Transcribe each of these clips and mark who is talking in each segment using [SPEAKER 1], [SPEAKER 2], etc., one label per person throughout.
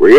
[SPEAKER 1] we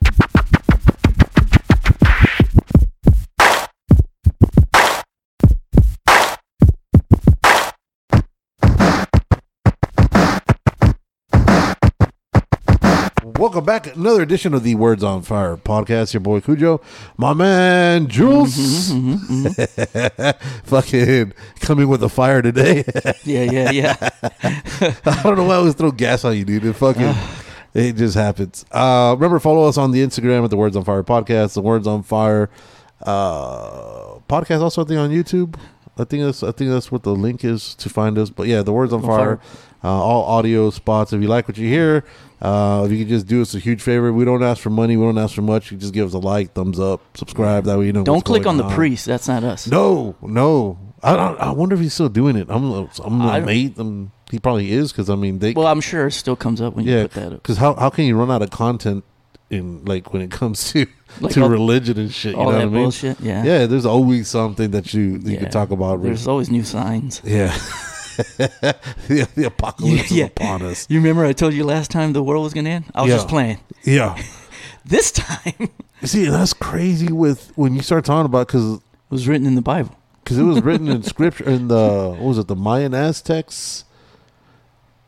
[SPEAKER 2] Welcome back. Another edition of the Words on Fire podcast. Your boy Cujo, my man Jules. Fucking coming with the fire today.
[SPEAKER 3] Yeah, yeah, yeah.
[SPEAKER 2] I don't know why I always throw gas on you, dude. It fucking. It just happens. Uh, remember, follow us on the Instagram at the Words on Fire podcast. The Words on Fire uh, podcast. Also, I think on YouTube. I think that's I think that's what the link is to find us. But yeah, the Words on Fire.
[SPEAKER 3] Fire.
[SPEAKER 2] Uh, all audio spots. If you like what you hear, uh, if you could just do us a huge favor. We don't ask for money. We don't ask for much. You just give us a like, thumbs up, subscribe. That way you know.
[SPEAKER 3] Don't
[SPEAKER 2] what's
[SPEAKER 3] click on
[SPEAKER 2] going
[SPEAKER 3] the priest. That's not us.
[SPEAKER 2] no, no. I don't, I wonder if he's still doing it. I'm I'm I
[SPEAKER 3] I don't-
[SPEAKER 2] mate. I'm, he probably is because I mean they.
[SPEAKER 3] Well, I'm sure it still comes up when you
[SPEAKER 2] yeah,
[SPEAKER 3] put that up.
[SPEAKER 2] because how how can you run out of content in like when it comes to
[SPEAKER 3] Like
[SPEAKER 2] to
[SPEAKER 3] all-
[SPEAKER 2] religion and shit? You
[SPEAKER 3] All
[SPEAKER 2] know what
[SPEAKER 3] that
[SPEAKER 2] I mean?
[SPEAKER 3] bullshit. Yeah.
[SPEAKER 2] Yeah, there's always something that you that you
[SPEAKER 3] Yeah.
[SPEAKER 2] can talk about.
[SPEAKER 3] There's always new signs.
[SPEAKER 2] yeah. the, the apocalypse
[SPEAKER 3] Yeah.
[SPEAKER 2] is upon us.
[SPEAKER 3] You remember I told you last time the world was gonna end? I was
[SPEAKER 2] Yeah.
[SPEAKER 3] just playing.
[SPEAKER 2] Yeah.
[SPEAKER 3] This time it
[SPEAKER 2] See, that's crazy with when you start talking about because
[SPEAKER 3] was written in the Bible.
[SPEAKER 2] because it was written in scripture in the what was it the Mayan Aztecs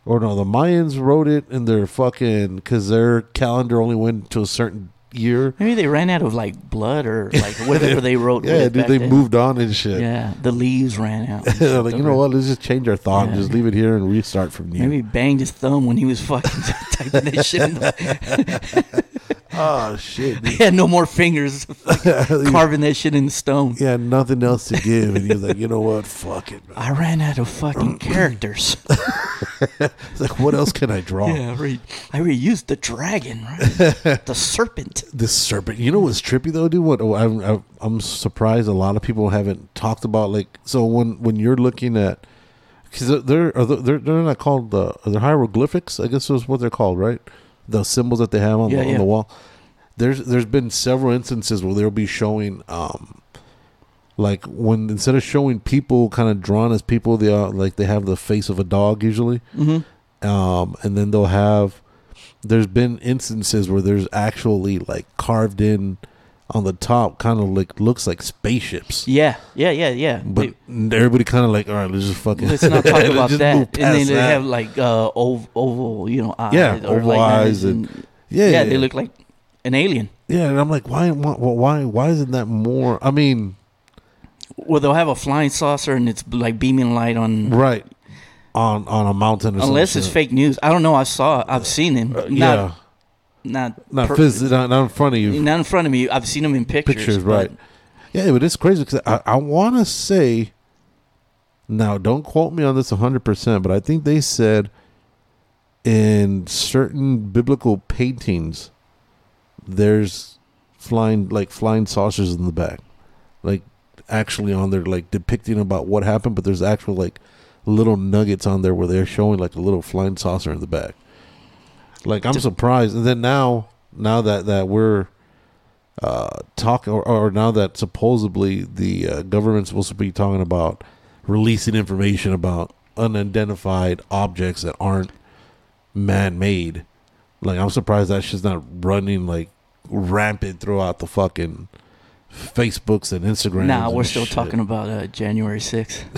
[SPEAKER 2] or no the Mayans wrote it in their fucking because their calendar only went to a certain year.
[SPEAKER 3] Maybe they ran out of like blood or like whatever they wrote.
[SPEAKER 2] Yeah,
[SPEAKER 3] with
[SPEAKER 2] dude,
[SPEAKER 3] back
[SPEAKER 2] they
[SPEAKER 3] then.
[SPEAKER 2] moved on and shit.
[SPEAKER 3] Yeah, the leaves ran out.
[SPEAKER 2] They're like you know what? Let's just change our thought, and
[SPEAKER 3] Yeah.
[SPEAKER 2] just leave it here, and restart from here.
[SPEAKER 3] Maybe he banged his thumb when he was fucking typing that shit. In the,
[SPEAKER 2] Oh shit!
[SPEAKER 3] he had no more fingers
[SPEAKER 2] Carve-
[SPEAKER 3] carving that shit in stone.
[SPEAKER 2] he had nothing else to give, and he was like, "You know what? Fuck it." Man.
[SPEAKER 3] I ran out of fucking characters.
[SPEAKER 2] It's like, what else can I draw?
[SPEAKER 3] Yeah, I, re- I reused the dragon, right? the serpent.
[SPEAKER 2] the serpent. You know what's trippy though, dude? What oh, I'm I'm- I'm surprised a lot of people haven't talked about. Like, so when when you're looking at because they're are they- they're they're not called the are they hieroglyphics. I guess is what they're called, right? The symbols that they have on,
[SPEAKER 3] Yeah,
[SPEAKER 2] the, on
[SPEAKER 3] yeah.
[SPEAKER 2] the wall. There's there's been several instances where they'll be showing um like when instead of showing people kind of drawn as people, they are like they have the face of a dog usually
[SPEAKER 3] Mm-hmm.
[SPEAKER 2] um, and then they'll have there's been instances where there's actually like carved in on the top kind of like looks like spaceships
[SPEAKER 3] Yeah, yeah, yeah, yeah.
[SPEAKER 2] but everybody kind of like all right let's just fucking
[SPEAKER 3] Wait, let's not talk
[SPEAKER 2] let's
[SPEAKER 3] about
[SPEAKER 2] just
[SPEAKER 3] that.
[SPEAKER 2] move
[SPEAKER 3] And then
[SPEAKER 2] past
[SPEAKER 3] they
[SPEAKER 2] that.
[SPEAKER 3] have like uh, oval, oval, you know, eyes.
[SPEAKER 2] Yeah,
[SPEAKER 3] or
[SPEAKER 2] oval
[SPEAKER 3] like
[SPEAKER 2] eyes
[SPEAKER 3] eyes and,
[SPEAKER 2] yeah,
[SPEAKER 3] yeah, they look like an alien.
[SPEAKER 2] yeah and i'm like why why why, why isn't that more i mean
[SPEAKER 3] Well, they'll have a flying saucer and it's like beaming light on.
[SPEAKER 2] right on on a mountain or some
[SPEAKER 3] Unless it's
[SPEAKER 2] shit. Uh,
[SPEAKER 3] fake news. I don't know. I saw. I've seen him. Not,
[SPEAKER 2] yeah
[SPEAKER 3] not,
[SPEAKER 2] not,
[SPEAKER 3] per-
[SPEAKER 2] phys- not not in front of you
[SPEAKER 3] not in front of me. I've seen him in pictures.
[SPEAKER 2] pictures,
[SPEAKER 3] but
[SPEAKER 2] right? Yeah, but it's crazy because I, I want to say, now don't quote me on this 100%, but I think they said in certain biblical paintings, there's flying, like flying saucers in the back, like actually on there, like depicting about what happened, but there's actual like little nuggets on there where they're showing like a little flying saucer in the back. Like I'm surprised. And then now, now that, that we're, uh, talk or, or now that supposedly the uh, government's supposed to be talking about releasing information about unidentified objects that aren't man-made like i'm surprised that shit's not running like rampant throughout the fucking facebooks and instagrams
[SPEAKER 3] Nah,
[SPEAKER 2] and
[SPEAKER 3] we're still
[SPEAKER 2] shit.
[SPEAKER 3] talking about uh, January 6th.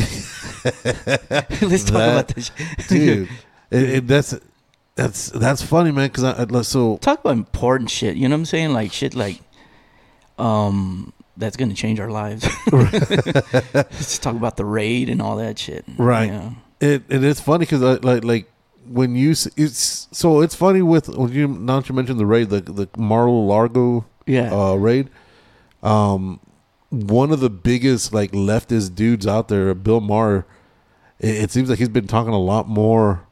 [SPEAKER 3] Let's talk
[SPEAKER 2] That-
[SPEAKER 3] about this.
[SPEAKER 2] dude it, it, that's that's that's funny man because I, I so
[SPEAKER 3] talk about important shit. You know what I'm saying? Like shit, like um, that's gonna change our lives. Let's talk about the raid and all that shit.
[SPEAKER 2] Right.
[SPEAKER 3] Yeah.
[SPEAKER 2] It and it's funny because like like when you s- it's so it's funny with when you now that you mentioned the raid the the Marlo Largo
[SPEAKER 3] Yeah.
[SPEAKER 2] uh, raid, um, one of the biggest like leftist dudes out there, Bill Maher. It, it seems like he's been talking a lot more,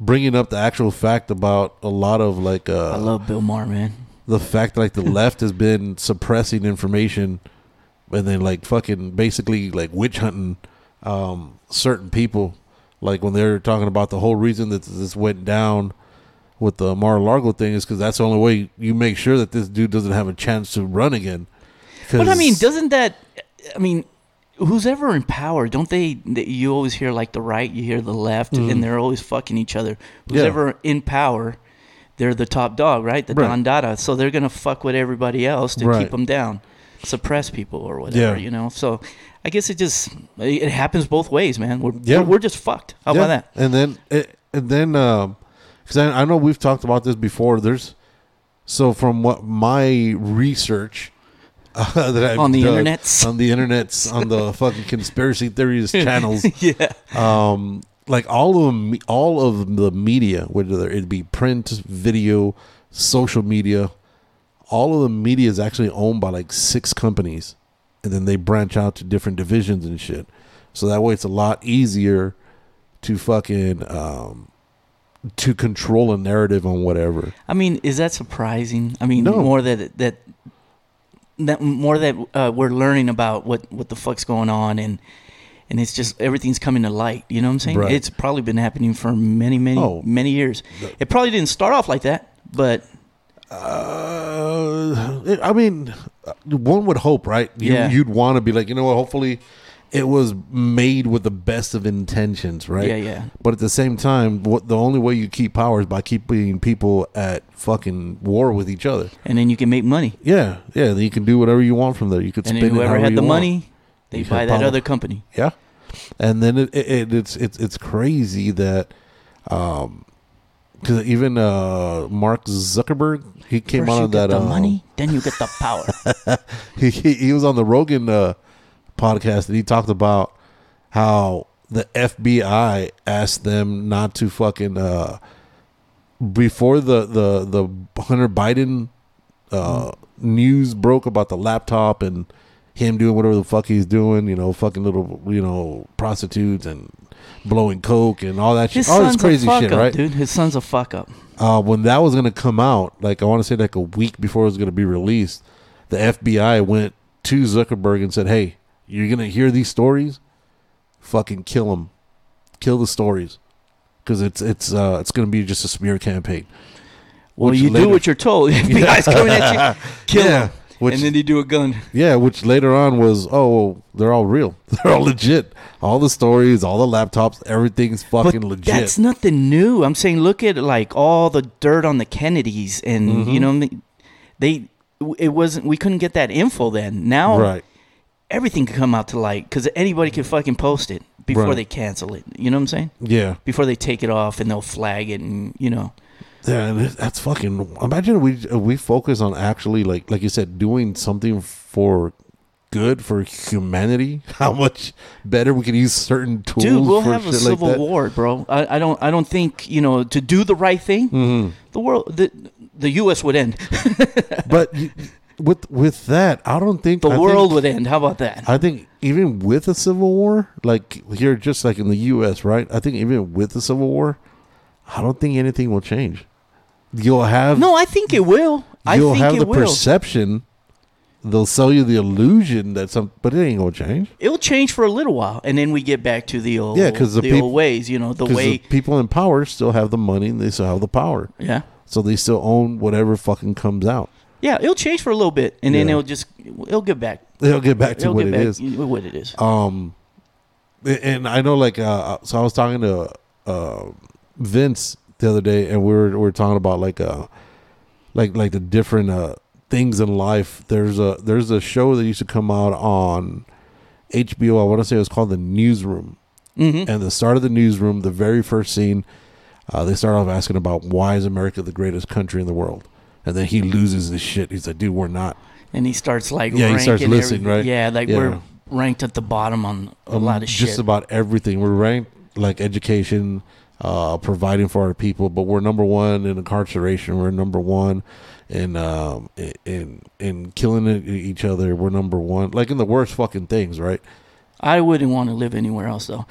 [SPEAKER 2] bringing up the actual fact about a lot of like uh,
[SPEAKER 3] I love Bill Maher, man.
[SPEAKER 2] the fact like the left has been suppressing information and then like fucking basically like witch hunting um certain people like when they're talking about the whole reason that this went down with the Mar-a-Lago thing is because that's the only way you make sure that this dude doesn't have a chance to run again.
[SPEAKER 3] But I
[SPEAKER 2] 'Cause-
[SPEAKER 3] mean, doesn't that? I mean, who's ever in power? Don't they? they- You always hear like the right, you hear the left, and they're always fucking each other.
[SPEAKER 2] Mm-hmm.
[SPEAKER 3] Who's
[SPEAKER 2] Yeah.
[SPEAKER 3] ever in power? They're the top dog, right? The
[SPEAKER 2] Right.
[SPEAKER 3] Don Dada. So they're gonna fuck with everybody else to
[SPEAKER 2] Right.
[SPEAKER 3] keep them down, suppress people or whatever.
[SPEAKER 2] Yeah.
[SPEAKER 3] You know. So I guess it just it happens both ways, man. We're
[SPEAKER 2] Yeah.
[SPEAKER 3] we're, we're just fucked. How
[SPEAKER 2] Yeah.
[SPEAKER 3] about that?
[SPEAKER 2] And then, it, and then, because I, I know we've talked about this before. There's so from what my research uh, that I've
[SPEAKER 3] On the
[SPEAKER 2] done-
[SPEAKER 3] internets.
[SPEAKER 2] on the internets, on the fucking conspiracy theories channels,
[SPEAKER 3] Yeah.
[SPEAKER 2] um, like all of me- all of the media, whether it be print, video, social media, all of the media is actually owned by like six companies, and then they branch out to different divisions and shit. So that way, it's a lot easier to fucking um, to control a narrative on whatever.
[SPEAKER 3] I mean, is that surprising? I mean,
[SPEAKER 2] No.
[SPEAKER 3] more that that that more that uh, we're learning about what what the fuck's going on and and it's just everything's coming to light. You know what I'm saying?
[SPEAKER 2] Right.
[SPEAKER 3] It's probably been happening for many, many,
[SPEAKER 2] Oh.
[SPEAKER 3] many years. It probably didn't start off like that, but
[SPEAKER 2] Uh, it- I mean, uh, one would hope, right? You,
[SPEAKER 3] Yeah.
[SPEAKER 2] You'd want to be like, you know what? Hopefully, it was made with the best of intentions, right?
[SPEAKER 3] Yeah, yeah.
[SPEAKER 2] But at the same time, what the only way you keep power is by keeping people at fucking war with each other.
[SPEAKER 3] and then you can make money,
[SPEAKER 2] Yeah, yeah. Then you can do whatever you want from there. You could
[SPEAKER 3] and
[SPEAKER 2] spend
[SPEAKER 3] then
[SPEAKER 2] it
[SPEAKER 3] whoever
[SPEAKER 2] however
[SPEAKER 3] had
[SPEAKER 2] you
[SPEAKER 3] the
[SPEAKER 2] want.
[SPEAKER 3] money, they
[SPEAKER 2] You
[SPEAKER 3] buy
[SPEAKER 2] had
[SPEAKER 3] that
[SPEAKER 2] power.
[SPEAKER 3] other company.
[SPEAKER 2] Yeah, and then it, it, it's it's it's crazy that. um 'cause even uh, Mark Zuckerberg, he came
[SPEAKER 3] First
[SPEAKER 2] out
[SPEAKER 3] you
[SPEAKER 2] of
[SPEAKER 3] get
[SPEAKER 2] that
[SPEAKER 3] the
[SPEAKER 2] um,
[SPEAKER 3] money, then you get the power.
[SPEAKER 2] he, he he was on the Rogan uh, podcast and he talked about how the FBI asked them not to fucking uh, before the the the Hunter Biden uh, news broke about the laptop and him doing whatever the fuck he's doing, you know, fucking little you know prostitutes and blowing coke and all that shit,
[SPEAKER 3] His
[SPEAKER 2] all
[SPEAKER 3] son's
[SPEAKER 2] this Oh, crazy
[SPEAKER 3] a fuck
[SPEAKER 2] shit,
[SPEAKER 3] up,
[SPEAKER 2] right?
[SPEAKER 3] dude. His son's a fuck up.
[SPEAKER 2] uh, when that was going to come out, like I want to say like a week before it was going to be released, the FBI went to Zuckerberg and said, "Hey, you're going to hear these stories. Fucking kill them, kill the stories, because it's it's uh, it's going to be just a smear campaign."
[SPEAKER 3] Well,
[SPEAKER 2] Which
[SPEAKER 3] you
[SPEAKER 2] later-
[SPEAKER 3] do what you're told. FBI's coming at you. Kill
[SPEAKER 2] Yeah,
[SPEAKER 3] him.
[SPEAKER 2] which-
[SPEAKER 3] and then you do a gun.
[SPEAKER 2] Yeah, which later on was, oh, they're all real, they're all legit. All the stories, all the laptops, everything's fucking legit.
[SPEAKER 3] That's nothing new. I'm saying, look at like all the dirt on the Kennedys, and
[SPEAKER 2] Mm-hmm.
[SPEAKER 3] you know, they it wasn't. We couldn't get that info then. Now
[SPEAKER 2] right.
[SPEAKER 3] everything could come out to light because anybody can fucking post it before
[SPEAKER 2] Right.
[SPEAKER 3] they cancel it. You know what I'm saying?
[SPEAKER 2] Yeah.
[SPEAKER 3] Before they take it off and they'll flag it, and you know,
[SPEAKER 2] Yeah, and it- that's fucking. Imagine we uh, we focus on actually like like you said, doing something for good for humanity. How much better we could use certain tools.
[SPEAKER 3] dude, we'll
[SPEAKER 2] for
[SPEAKER 3] have a
[SPEAKER 2] shit
[SPEAKER 3] civil
[SPEAKER 2] like that.
[SPEAKER 3] war, bro. I, I don't, I don't think you know to do the right thing.
[SPEAKER 2] Mm-hmm.
[SPEAKER 3] The world, the the U.S. would end.
[SPEAKER 2] But you- with with that, I don't think
[SPEAKER 3] The
[SPEAKER 2] I think-
[SPEAKER 3] world would end. How about that?
[SPEAKER 2] I think even with a civil war, like here, just like in the U.S., right? I think even with the civil war, I don't think anything will change. You'll have
[SPEAKER 3] no, I think it will. I
[SPEAKER 2] you'll
[SPEAKER 3] think
[SPEAKER 2] have
[SPEAKER 3] it
[SPEAKER 2] the
[SPEAKER 3] will.
[SPEAKER 2] perception. They'll sell you the illusion that some, but it ain't gonna change.
[SPEAKER 3] It'll change for a little while, and then we get back to the old
[SPEAKER 2] Yeah, 'cause
[SPEAKER 3] because
[SPEAKER 2] the
[SPEAKER 3] the,
[SPEAKER 2] peop-
[SPEAKER 3] old ways. You know, the
[SPEAKER 2] Because
[SPEAKER 3] way.
[SPEAKER 2] the people in power still have the money and they still have the power.
[SPEAKER 3] yeah,
[SPEAKER 2] So they still own whatever fucking comes out.
[SPEAKER 3] yeah. It'll change for a little bit, and then
[SPEAKER 2] Yeah.
[SPEAKER 3] it'll just it'll get back.
[SPEAKER 2] They'll get back to
[SPEAKER 3] it'll
[SPEAKER 2] what
[SPEAKER 3] get
[SPEAKER 2] it
[SPEAKER 3] back
[SPEAKER 2] is.
[SPEAKER 3] to what it is.
[SPEAKER 2] Um, and I know, like, uh, so I was talking to uh, Vince the other day, and we were we were talking about like uh, like like the different uh things in life. There's a there's a show that used to come out on HBO. I want to say it was called The Newsroom.
[SPEAKER 3] Mhm.
[SPEAKER 2] And the start of the newsroom, the very first scene, uh, they start off asking about why is America the greatest country in the world, and then he loses his shit. He's like, "Dude, we're not."
[SPEAKER 3] And he starts like
[SPEAKER 2] Yeah, he
[SPEAKER 3] ranking
[SPEAKER 2] starts listing,
[SPEAKER 3] everything.
[SPEAKER 2] right?
[SPEAKER 3] Yeah, like
[SPEAKER 2] Yeah.
[SPEAKER 3] we're ranked at the bottom on a
[SPEAKER 2] Um,
[SPEAKER 3] lot of
[SPEAKER 2] just
[SPEAKER 3] shit.
[SPEAKER 2] about everything. We're ranked like education, uh, providing for our people, but we're number one in incarceration. We're number one in um in- in in killing e- each other. We're number one, like in the worst fucking things, right?
[SPEAKER 3] I wouldn't want to live anywhere else though.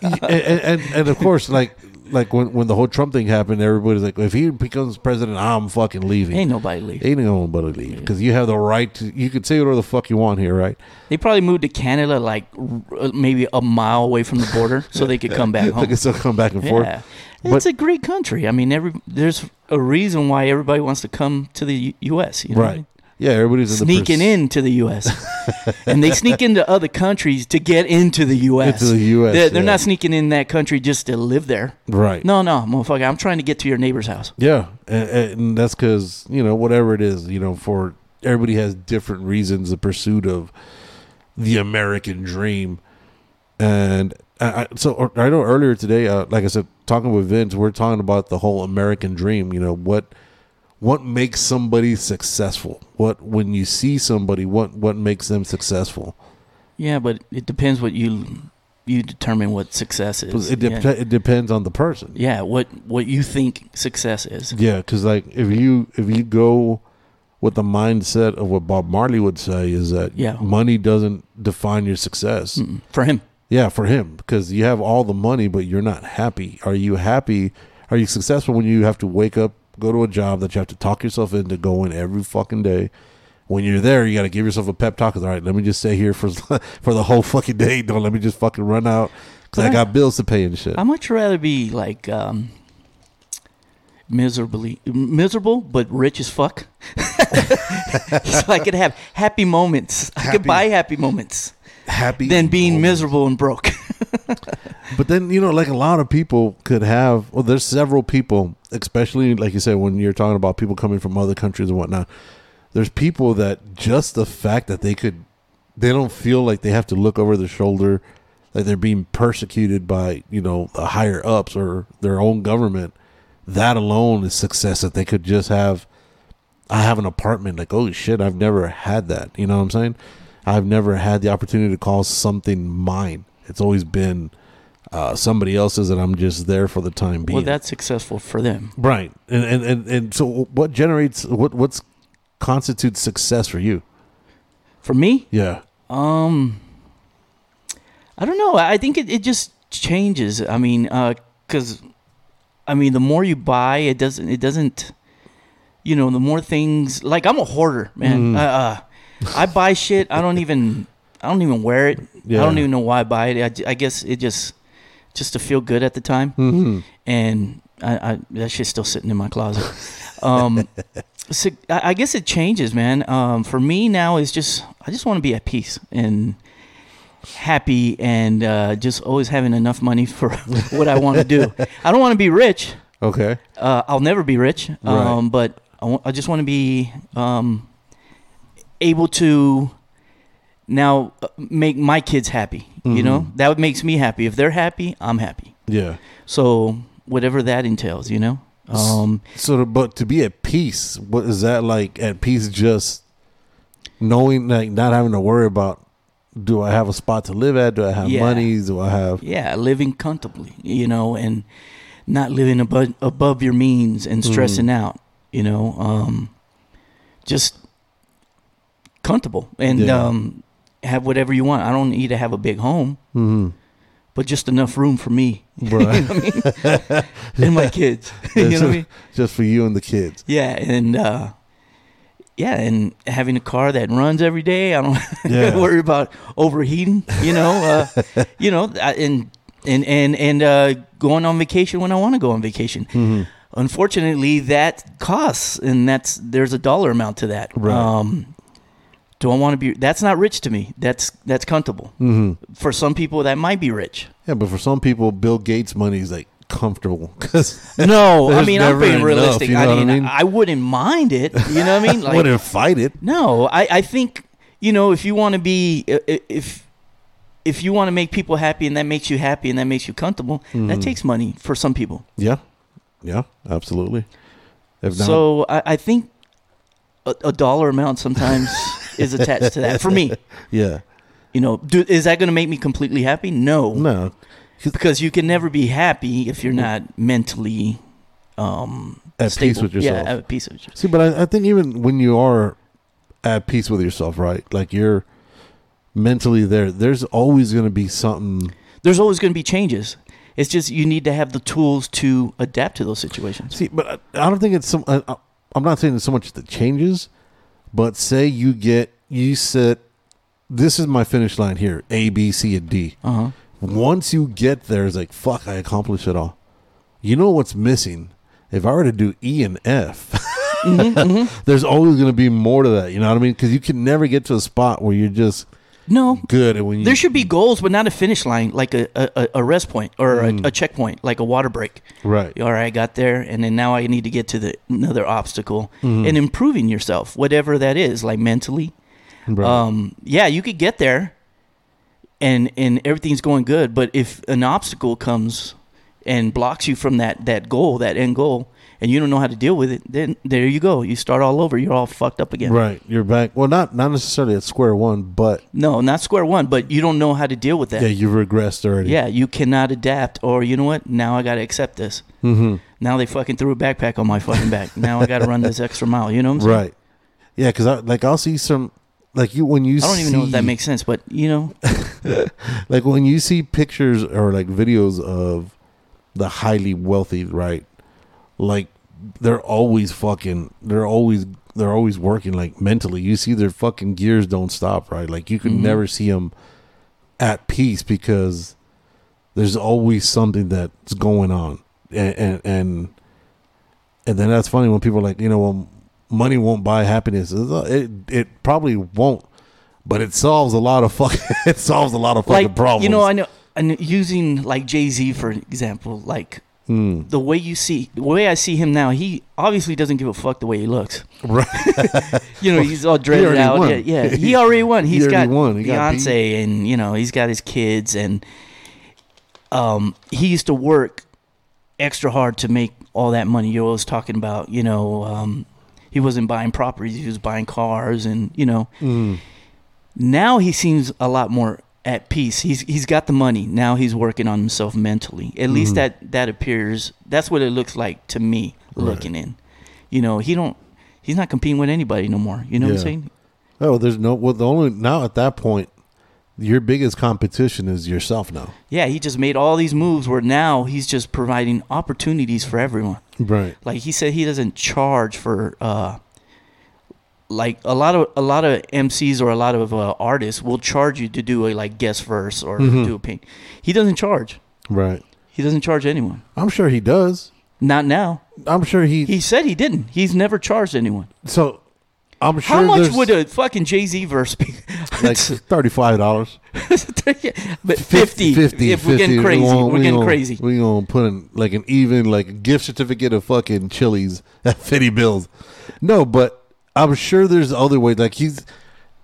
[SPEAKER 2] and, and and of course, like like when when the whole Trump thing happened, everybody's like, if he becomes president, I'm fucking leaving.
[SPEAKER 3] Ain't nobody leaving.
[SPEAKER 2] Ain't no one but to leave because you have the right to. You could say whatever the fuck you want here, right?
[SPEAKER 3] They probably moved to Canada like r- uh, maybe a mile away from the border so they could come back
[SPEAKER 2] They
[SPEAKER 3] home.
[SPEAKER 2] can still come back and
[SPEAKER 3] Yeah,
[SPEAKER 2] forth. But-
[SPEAKER 3] it's a great country. I mean, every there's a reason why everybody wants to come to the U- U.S. You know?
[SPEAKER 2] Right. Yeah, everybody's in the
[SPEAKER 3] Sneaking
[SPEAKER 2] pers-
[SPEAKER 3] into the U.S. and they sneak into other countries to get into the U.S.
[SPEAKER 2] Into the US,
[SPEAKER 3] They're, they're
[SPEAKER 2] yeah.
[SPEAKER 3] not sneaking in that country just to live there.
[SPEAKER 2] Right.
[SPEAKER 3] No, no, motherfucker. I'm trying to get to your neighbor's house.
[SPEAKER 2] Yeah, and, and that's because you know whatever it is, you know, for everybody has different reasons the pursuit of the American dream, and I, I, so or- I know earlier today, uh, like I said, talking with Vince, we're talking about the whole American dream. You know what what makes somebody successful? What when you see somebody, what what makes them successful?
[SPEAKER 3] Yeah, but it depends what you you determine what success is.
[SPEAKER 2] It, dep
[SPEAKER 3] yeah.
[SPEAKER 2] it depends on the person.
[SPEAKER 3] Yeah, what what you think success is.
[SPEAKER 2] Yeah, because like if you if you go with the mindset of what Bob Marley would say is that
[SPEAKER 3] Yeah.
[SPEAKER 2] money doesn't define your success.
[SPEAKER 3] Mm, For him,
[SPEAKER 2] Yeah, for him because you have all the money but you're not happy. Are you happy? Are you successful when you have to wake up, go to a job that you have to talk yourself into going every fucking day? When you're there, you got to give yourself a pep talk. 'cause, All right, let me just stay here for for the whole fucking day. Don't let me just fucking run out because I
[SPEAKER 3] Yeah.
[SPEAKER 2] got bills to pay and shit.
[SPEAKER 3] I'd much rather be like um, miserably miserable, but rich as fuck. so I could have happy moments. I could
[SPEAKER 2] Happy-
[SPEAKER 3] buy happy moments
[SPEAKER 2] happy
[SPEAKER 3] than being
[SPEAKER 2] moments.
[SPEAKER 3] miserable and broke.
[SPEAKER 2] But then you know, like a lot of people could have. Well, there's several people, especially like you said, when you're talking about people coming from other countries and whatnot. There's people that just the fact that they could, they don't feel like they have to look over their shoulder, like they're being persecuted by you know the higher ups or their own government. That alone is success. That they could just have. I have an apartment. Like, oh shit, I've never had that. You know what I'm saying? I've never had the opportunity to call something mine. It's always been uh, somebody else's, and I'm just there for the time being.
[SPEAKER 3] well, that's successful for them.
[SPEAKER 2] right. And, and and and so, what generates what what's constitutes success for you?
[SPEAKER 3] For me,
[SPEAKER 2] Yeah.
[SPEAKER 3] Um, I don't know. I think it, it just changes. I mean, because I mean, the more you buy, it doesn't. It doesn't. You know, the more things. Like I'm a hoarder, man.
[SPEAKER 2] Mm.
[SPEAKER 3] Uh, uh, I buy shit. I don't even. I don't even wear it.
[SPEAKER 2] Yeah.
[SPEAKER 3] I don't even know why I buy it. I j- I, guess it just, just to feel good at the time,
[SPEAKER 2] Mm-hmm.
[SPEAKER 3] and I, I that shit's still sitting in my closet. Um, so I I guess it changes, man. Um, for me now, it's just I just want to be at peace and happy, and uh, just always having enough money for what I want to do. I don't want to be rich.
[SPEAKER 2] Okay.
[SPEAKER 3] Uh, I'll never be rich. Um,
[SPEAKER 2] Right.
[SPEAKER 3] But I wa- I just want to be um, able to now uh, make my kids happy. You know,
[SPEAKER 2] Mhm.
[SPEAKER 3] that makes me happy. If they're happy, I'm happy.
[SPEAKER 2] Yeah.
[SPEAKER 3] So whatever that entails, you know. Um,
[SPEAKER 2] So, to, but to be at peace, what is that like? At peace, just knowing, like, not having to worry about. Do I have a spot to live at? Do I have
[SPEAKER 3] Yeah.
[SPEAKER 2] money? Do I have?
[SPEAKER 3] yeah, living comfortably, you know, and not living above above your means
[SPEAKER 2] Mm.
[SPEAKER 3] and stressing out, you know, um, just comfortable and
[SPEAKER 2] Yeah.
[SPEAKER 3] um, have whatever you want. I don't need to have a big home,
[SPEAKER 2] Mm-hmm.
[SPEAKER 3] but just enough room for me
[SPEAKER 2] Right.
[SPEAKER 3] and my kids. you know what I mean?
[SPEAKER 2] Just for you and the kids.
[SPEAKER 3] Yeah, and uh, yeah, and having a car that runs every day. I don't
[SPEAKER 2] Yeah.
[SPEAKER 3] worry about overheating. You know, uh, you know, I- and and and and uh, going on vacation when I want to go on vacation.
[SPEAKER 2] Mm-hmm.
[SPEAKER 3] Unfortunately, that costs, and that's there's a dollar amount to that.
[SPEAKER 2] Right.
[SPEAKER 3] Um, do I want to be? That's not rich to me. That's that's comfortable.
[SPEAKER 2] Mm-hmm.
[SPEAKER 3] For some people, that might be rich.
[SPEAKER 2] Yeah, but for some people, Bill Gates' money is like comfortable because
[SPEAKER 3] No, I
[SPEAKER 2] There's
[SPEAKER 3] mean I'm
[SPEAKER 2] never
[SPEAKER 3] being
[SPEAKER 2] enough,
[SPEAKER 3] realistic.
[SPEAKER 2] you know
[SPEAKER 3] I
[SPEAKER 2] what I
[SPEAKER 3] mean, I
[SPEAKER 2] mean?
[SPEAKER 3] I wouldn't mind it. You know what I mean?
[SPEAKER 2] I wouldn't fight it.
[SPEAKER 3] No, I, I think you know if you want to be i- i- if if you want to make people happy and that makes you happy and that makes you comfortable,
[SPEAKER 2] Hmm.
[SPEAKER 3] that takes money for some people.
[SPEAKER 2] Yeah, yeah, absolutely. If not,
[SPEAKER 3] So I, I think a, a dollar amount sometimes is attached to that for me.
[SPEAKER 2] yeah,
[SPEAKER 3] You know, do, is that going to make me completely happy? No,
[SPEAKER 2] no,
[SPEAKER 3] because you can never be happy if you're not mentally um,
[SPEAKER 2] at peace
[SPEAKER 3] stable.
[SPEAKER 2] with yourself.
[SPEAKER 3] Yeah, at peace with yourself.
[SPEAKER 2] See, but I, I think even when you are at peace with yourself, right? Like you're mentally there. There's always going to be something.
[SPEAKER 3] There's always going to be changes. It's just you need to have the tools to adapt to those situations.
[SPEAKER 2] See, but I, I don't think it's some. I, I- I'm not saying it's so much the changes, but say you get you set. This is my finish line here: A, B, C, and D.
[SPEAKER 3] Uh huh.
[SPEAKER 2] Once you get there, it's like fuck, I accomplished it all. You know what's missing? If I were to do E and F, there's always going to be more to that. You know what I mean? Because you can never get to a spot where you're just
[SPEAKER 3] No,
[SPEAKER 2] good. And when you
[SPEAKER 3] there should be goals, but not a finish line, like a a, a rest point or a, a checkpoint, like a water break.
[SPEAKER 2] right,
[SPEAKER 3] All right, I got there, and then now I need to get to the another obstacle and improving yourself, whatever that is, like mentally.
[SPEAKER 2] right.
[SPEAKER 3] Um, yeah, you could get there, and and everything's going good, but if an obstacle comes and blocks you from that that goal, that end goal, and you don't know how to deal with it, then there you go, you start all over. You're all fucked up again.
[SPEAKER 2] right. You're back. Well, not not necessarily at square one, but
[SPEAKER 3] No, not square one, but you don't know how to deal with that.
[SPEAKER 2] yeah, you've regressed already.
[SPEAKER 3] Yeah, you cannot adapt, or you know what? Now I got to accept this.
[SPEAKER 2] Mm-hmm.
[SPEAKER 3] Now they fucking threw a backpack on my fucking back. now I got to run this extra mile. You know what I'm saying?
[SPEAKER 2] Right. Yeah, because I like I'll see some like you when you
[SPEAKER 3] I don't even know if that
[SPEAKER 2] see-
[SPEAKER 3] makes sense, but you know,
[SPEAKER 2] like when you see pictures or like videos of the highly wealthy, right? Like they're always fucking they're always they're always working like mentally. You see their fucking gears don't stop, right? Like you can
[SPEAKER 3] Mhm.
[SPEAKER 2] never see them at peace because there's always something that's going on. And and and, and then that's funny when people are like, you know, well, money won't buy happiness. It's- uh, It it probably won't, but it solves a lot of fucking it solves a lot of fucking
[SPEAKER 3] like
[SPEAKER 2] problems.
[SPEAKER 3] you know, I know, and using like Jay Z for an example, like
[SPEAKER 2] Mm,
[SPEAKER 3] the way you see, the way I see him now, he obviously doesn't give a fuck the way he looks.
[SPEAKER 2] right.
[SPEAKER 3] You know, he's all dreaded
[SPEAKER 2] already
[SPEAKER 3] out.
[SPEAKER 2] won.
[SPEAKER 3] Yeah, yeah, he already won.
[SPEAKER 2] He
[SPEAKER 3] He's
[SPEAKER 2] already
[SPEAKER 3] got
[SPEAKER 2] won. He got
[SPEAKER 3] Beyonce, and you know, he's got his kids, and um, he used to work extra hard to make all that money. You're always talking about, you know, um, he wasn't buying properties; he was buying cars, and you know,
[SPEAKER 2] Mm,
[SPEAKER 3] now he seems a lot more at peace. He's he's got the money. Now he's working on himself mentally.
[SPEAKER 2] Mm-hmm.
[SPEAKER 3] At least that that appears. That's what it looks like to me
[SPEAKER 2] Right.
[SPEAKER 3] looking in. You know, he don't he's not competing with anybody no more. You know what
[SPEAKER 2] Yeah.
[SPEAKER 3] I'm saying?
[SPEAKER 2] oh, there's no well. The only now at that point, your biggest competition is yourself now.
[SPEAKER 3] Yeah, he just made all these moves where now he's just providing opportunities for everyone.
[SPEAKER 2] Right.
[SPEAKER 3] Like he said he doesn't charge for uh like a lot of a lot of MCs or a lot of uh, artists will charge you to do a like guest verse or
[SPEAKER 2] Mm-hmm.
[SPEAKER 3] do a paint. He doesn't charge.
[SPEAKER 2] Right.
[SPEAKER 3] He doesn't charge anyone.
[SPEAKER 2] I'm sure he does.
[SPEAKER 3] Not now.
[SPEAKER 2] I'm sure he.
[SPEAKER 3] He said he didn't. He's never charged anyone.
[SPEAKER 2] so I'm sure.
[SPEAKER 3] How much
[SPEAKER 2] there's,
[SPEAKER 3] would a fucking Jay Z verse be?
[SPEAKER 2] like thirty five dollars?
[SPEAKER 3] but 50, if we're getting crazy. we're getting crazy.
[SPEAKER 2] We're gonna put in like an even like a gift certificate of fucking Chili's at fifty bills. No, but I'm sure there's other ways. Like he's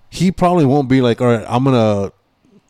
[SPEAKER 2] he probably won't be like, all right, I'm gonna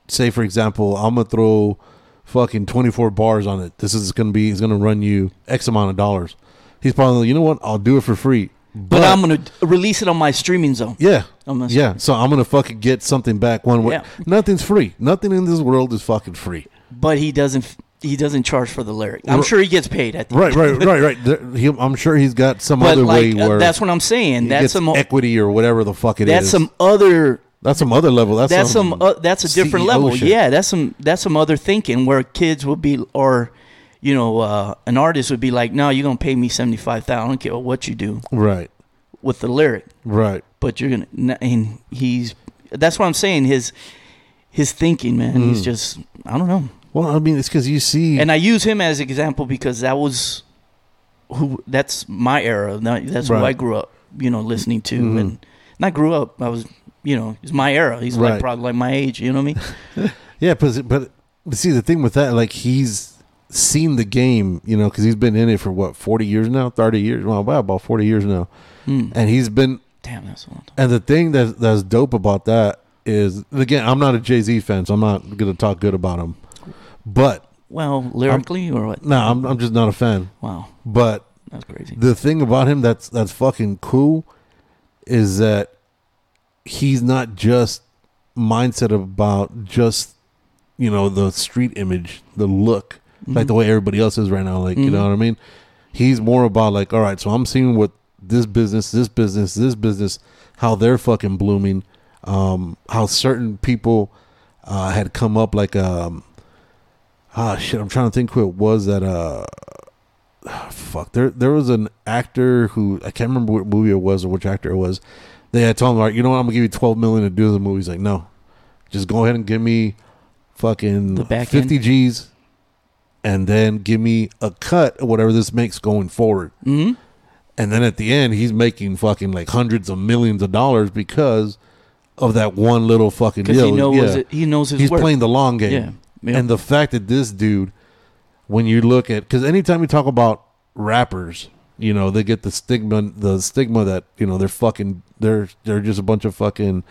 [SPEAKER 2] say for example, I'm gonna throw fucking twenty four bars on it. This is gonna be it's gonna run you X amount of dollars. He's probably like, you know what, I'll do it for free.
[SPEAKER 3] But, I'm going to release it on my streaming zone.
[SPEAKER 2] Yeah.
[SPEAKER 3] On my
[SPEAKER 2] yeah. So I'm gonna fucking get something back one way.
[SPEAKER 3] Yeah.
[SPEAKER 2] Nothing's free. Nothing in this world is fucking free.
[SPEAKER 3] But he doesn't he doesn't charge for the lyric. I'm
[SPEAKER 2] Right.
[SPEAKER 3] sure he gets paid at the
[SPEAKER 2] Right, right, right, right. There- he- I'm sure he's got some
[SPEAKER 3] But
[SPEAKER 2] other
[SPEAKER 3] like
[SPEAKER 2] way
[SPEAKER 3] uh,
[SPEAKER 2] where
[SPEAKER 3] that's what I'm saying.
[SPEAKER 2] he
[SPEAKER 3] That's
[SPEAKER 2] gets
[SPEAKER 3] some
[SPEAKER 2] equity or whatever the fuck it is.
[SPEAKER 3] that's some other
[SPEAKER 2] that's some other level. That's,
[SPEAKER 3] that's some uh, that's a different
[SPEAKER 2] CEO
[SPEAKER 3] level.
[SPEAKER 2] shit.
[SPEAKER 3] Yeah, that's some that's some other thinking where kids would be or you know uh, an artist would be like, no, you're gonna pay me seventy five thousand. I don't care what you do
[SPEAKER 2] right,
[SPEAKER 3] with the lyric,
[SPEAKER 2] right.
[SPEAKER 3] but you're gonna n- and he's that's what I'm saying. His his thinking, man.
[SPEAKER 2] Hmm.
[SPEAKER 3] He's just I don't know.
[SPEAKER 2] Well, I mean, it's because you see,
[SPEAKER 3] And I use him as example because that was who that's my era. That- That's who
[SPEAKER 2] Right.
[SPEAKER 3] I grew up, you know, listening to
[SPEAKER 2] Mhm.
[SPEAKER 3] and not grew up. I was. You know, it's my era. He's
[SPEAKER 2] Right.
[SPEAKER 3] like probably like my age. You know what I mean?
[SPEAKER 2] yeah, but but but see the thing with that, like he's seen the game, you know, because he's been in it for what forty years now, thirty years, well, about about forty years now,
[SPEAKER 3] Mm.
[SPEAKER 2] and he's been
[SPEAKER 3] Damn, that's a long time.
[SPEAKER 2] And the thing that's that's dope about that is again, I'm not a Jay Z fan, so I'm not gonna talk good about him. But
[SPEAKER 3] Well, lyrically or what?
[SPEAKER 2] no, I'm I'm just not a fan.
[SPEAKER 3] Wow,
[SPEAKER 2] But
[SPEAKER 3] that's crazy.
[SPEAKER 2] the thing about him that's that's fucking cool is that he's not just mindset about just you know the street image, the look, like the way everybody else is right now. Like you know what I mean? He's more about like, all right, so I'm seeing what this business, this business, this business, how they're fucking blooming, um, how certain people uh, had come up like um, Ah, shit. I'm trying to think who it was that. Uh, fuck. There, there was an actor who I can't remember what movie it was or which actor it was. They had told him, "All right, you know what? I'm gonna give you 12 million to do the movie." He's like, "No, just go ahead and give me fucking
[SPEAKER 3] The back
[SPEAKER 2] 50 G's, and then give me a cut of whatever this makes going forward."
[SPEAKER 3] Mm-hmm.
[SPEAKER 2] And then at the end, he's making fucking like hundreds of millions of dollars because of that one little fucking
[SPEAKER 3] Because
[SPEAKER 2] deal.
[SPEAKER 3] he knows
[SPEAKER 2] Yeah
[SPEAKER 3] it, he knows his
[SPEAKER 2] he's
[SPEAKER 3] work.
[SPEAKER 2] playing the long game.
[SPEAKER 3] Yeah, yeah.
[SPEAKER 2] And the fact that this dude, when you look at, because anytime you talk about rappers, you know they get the stigma, the stigma that you know they're fucking, they're they're just a bunch of fucking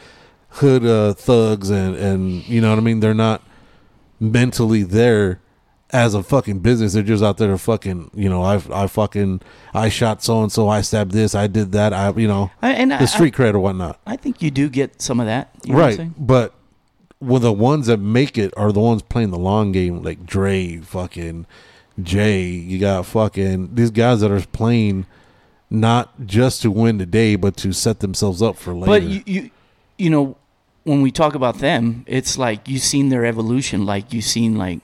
[SPEAKER 2] hood uh, thugs, and and you know what I mean. They're not mentally there as a fucking business. They're just out there to fucking, you know, I I fucking I shot so and so, I stabbed this, I did that, I you know,
[SPEAKER 3] I, and I,
[SPEAKER 2] the street cred or whatnot.
[SPEAKER 3] I, I think you do get some of that. You know what I'm
[SPEAKER 2] right.
[SPEAKER 3] saying?
[SPEAKER 2] but well, the ones that make it are the ones playing the long game, like Dre, fucking Jay. You got fucking these guys that are playing not just to win the day, but to set themselves up for later.
[SPEAKER 3] But you, you, you know, when we talk about them, it's like you've seen their evolution. Like you've seen like